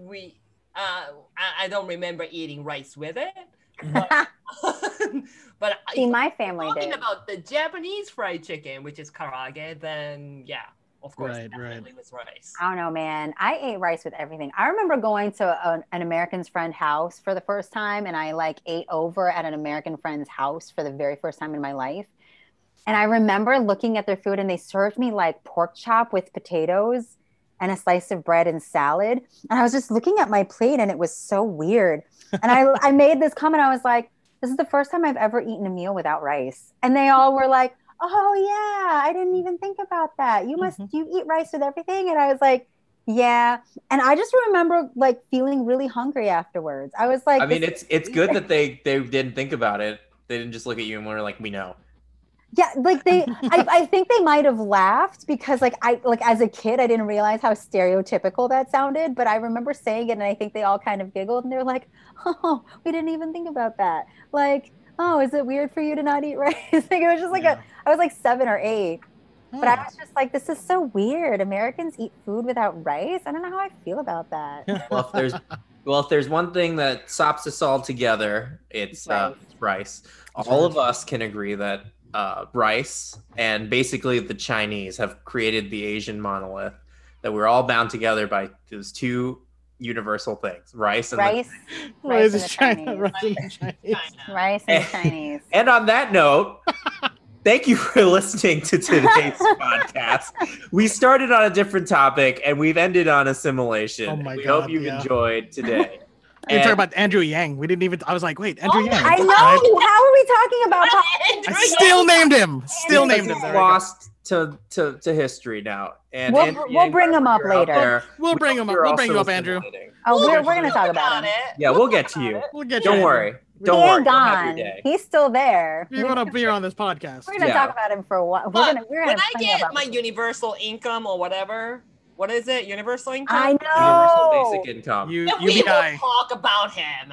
[SPEAKER 4] we uh, I, I don't remember eating rice with it. But, but
[SPEAKER 1] See,
[SPEAKER 4] if
[SPEAKER 1] my family
[SPEAKER 4] we're talking
[SPEAKER 1] did.
[SPEAKER 4] about the Japanese fried chicken, which is karaage, then yeah, of course,
[SPEAKER 5] Right, right.
[SPEAKER 4] definitely with rice.
[SPEAKER 1] I don't know, man. I ate rice with everything. I remember going to an, an American's friend house for the first time, and I like ate over at an American friend's house for the very first time in my life. And I remember looking at their food, and they served me like pork chop with potatoes and a slice of bread and salad. And I was just looking at my plate, and it was so weird. And I, I made this comment. I was like, "This is the first time I've ever eaten a meal without rice." And they all were like. Oh yeah, I didn't even think about that. You must
[SPEAKER 2] Mm-hmm.
[SPEAKER 1] you eat rice with everything and I was like, yeah. And I just remember like feeling really hungry afterwards. I was like,
[SPEAKER 2] I mean,
[SPEAKER 1] this-
[SPEAKER 2] it's it's good that they they didn't think about it. They didn't just look at you and were like, we know.
[SPEAKER 1] yeah, like they, I, I think they might have laughed because like I, like as a kid, I didn't realize how stereotypical that sounded, but I remember saying it and I think they all kind of giggled and they were like, oh, we didn't even think about that. Like, oh, is it weird for you to not eat rice? like it was just like, a, I was like seven or eight, but I was just like, this is so weird. Americans eat food without rice. I don't know how I feel about that.
[SPEAKER 2] Well, if there's well, if there's one thing that sops us all together, it's uh,
[SPEAKER 1] Rice.
[SPEAKER 2] it's rice.
[SPEAKER 5] That's
[SPEAKER 2] All
[SPEAKER 5] right.
[SPEAKER 2] of us can agree that uh, rice and basically the Chinese have created the Asian monolith that we're all bound together by those two universal things: rice and the-
[SPEAKER 5] Rice
[SPEAKER 1] Rice, rice and the
[SPEAKER 5] is China.
[SPEAKER 1] Chinese.
[SPEAKER 5] Rice and Chinese.
[SPEAKER 4] China.
[SPEAKER 1] rice and Chinese.
[SPEAKER 2] And on that note, thank you for listening to today's podcast. We started on a different topic and we've ended on assimilation.
[SPEAKER 5] Oh my
[SPEAKER 2] we
[SPEAKER 5] God,
[SPEAKER 2] hope you've
[SPEAKER 5] yeah.
[SPEAKER 2] enjoyed today.
[SPEAKER 5] You're
[SPEAKER 2] And-
[SPEAKER 5] talking about Andrew Yang. We didn't even. I was like, wait, Andrew
[SPEAKER 4] Oh,
[SPEAKER 5] Yang.
[SPEAKER 1] I know.
[SPEAKER 5] I-
[SPEAKER 1] How are we talking about? pop-
[SPEAKER 5] I still named him. Still
[SPEAKER 1] Andrew
[SPEAKER 5] named him.
[SPEAKER 1] Yang.
[SPEAKER 2] He's
[SPEAKER 5] There we go.
[SPEAKER 2] lost to, to, to history now. And
[SPEAKER 1] We'll-
[SPEAKER 2] Andrew
[SPEAKER 1] we'll
[SPEAKER 2] Yang,
[SPEAKER 1] bring him up
[SPEAKER 2] you're out
[SPEAKER 1] later.
[SPEAKER 2] there,
[SPEAKER 5] We'll
[SPEAKER 2] we
[SPEAKER 5] bring
[SPEAKER 2] hope
[SPEAKER 5] him up.
[SPEAKER 2] you're
[SPEAKER 5] We'll bring
[SPEAKER 2] also
[SPEAKER 5] you up, Andrew.
[SPEAKER 2] assimilating.
[SPEAKER 1] Oh,
[SPEAKER 4] We'll
[SPEAKER 1] we're,
[SPEAKER 4] talk
[SPEAKER 1] we're gonna talk about him.
[SPEAKER 4] it.
[SPEAKER 2] Yeah, we'll get
[SPEAKER 4] talk
[SPEAKER 2] to
[SPEAKER 4] about
[SPEAKER 2] you.
[SPEAKER 4] it.
[SPEAKER 5] We'll get
[SPEAKER 2] Don't
[SPEAKER 5] you.
[SPEAKER 2] worry.
[SPEAKER 5] We
[SPEAKER 2] Don't
[SPEAKER 5] did
[SPEAKER 2] worry.
[SPEAKER 1] And
[SPEAKER 2] We'll have your
[SPEAKER 1] gone.
[SPEAKER 2] day.
[SPEAKER 1] He's still there.
[SPEAKER 5] You're gonna be on this podcast.
[SPEAKER 1] We're gonna
[SPEAKER 2] Yeah.
[SPEAKER 1] talk about him for a while. We're
[SPEAKER 4] But
[SPEAKER 1] gonna. We're
[SPEAKER 4] when
[SPEAKER 1] gonna.
[SPEAKER 4] I
[SPEAKER 1] plenty
[SPEAKER 4] get
[SPEAKER 1] about
[SPEAKER 4] my
[SPEAKER 1] him.
[SPEAKER 4] universal income or whatever, what is it? Universal income.
[SPEAKER 1] I
[SPEAKER 2] Universal
[SPEAKER 1] know.
[SPEAKER 2] basic income.
[SPEAKER 5] You,
[SPEAKER 4] Then we will
[SPEAKER 5] UBI.
[SPEAKER 4] talk about him.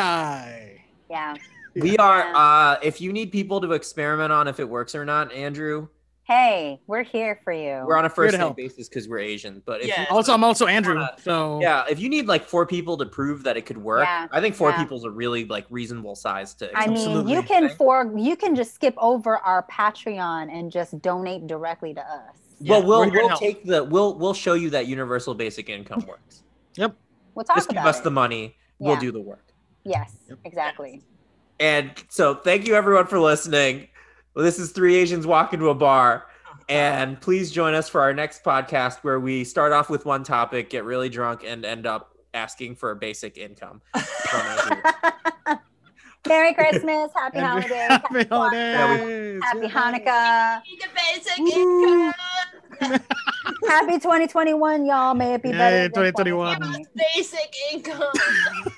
[SPEAKER 5] UBI.
[SPEAKER 1] Yeah.
[SPEAKER 2] we are uh if you need people to experiment on if it works or not, Andrew,
[SPEAKER 1] Hey, we're here for you.
[SPEAKER 2] we're on a first name
[SPEAKER 5] help.
[SPEAKER 2] basis because we're Asian. But if
[SPEAKER 4] Yeah.
[SPEAKER 2] you,
[SPEAKER 5] Also, I'm also Andrew. So
[SPEAKER 2] yeah, if you need like four people to prove that it could work,
[SPEAKER 1] Yeah,
[SPEAKER 2] I think four
[SPEAKER 1] yeah.
[SPEAKER 2] people's a really like reasonable size to.
[SPEAKER 1] I mean, you
[SPEAKER 5] Absolutely.
[SPEAKER 1] can for you can just skip over our Patreon and just donate directly to us.
[SPEAKER 5] Yeah,
[SPEAKER 2] well,
[SPEAKER 5] we're
[SPEAKER 2] we'll
[SPEAKER 5] here to
[SPEAKER 2] we'll
[SPEAKER 5] help.
[SPEAKER 2] take the we'll we'll show you that universal basic income works.
[SPEAKER 1] We'll talk
[SPEAKER 2] Just give
[SPEAKER 1] about
[SPEAKER 2] us
[SPEAKER 1] it.
[SPEAKER 2] the money, we'll
[SPEAKER 1] Yeah.
[SPEAKER 2] do the work.
[SPEAKER 1] yes,
[SPEAKER 5] Yep.
[SPEAKER 1] exactly.
[SPEAKER 2] And so, thank you everyone for listening. Well, this is three Asians walking to a bar. And please join us for our next podcast where we start off with one topic, get really drunk, and end up asking for a basic income. from Andrew.
[SPEAKER 1] Merry Christmas, happy
[SPEAKER 5] Andrew- happy
[SPEAKER 1] holidays, Kwanzaa,
[SPEAKER 5] holidays.
[SPEAKER 1] happy Hanukkah.
[SPEAKER 4] Need a basic
[SPEAKER 5] Woo.
[SPEAKER 4] income.
[SPEAKER 1] Happy 2021, y'all. May it be
[SPEAKER 5] Yay,
[SPEAKER 1] better. than
[SPEAKER 5] 2021.
[SPEAKER 4] Basic income.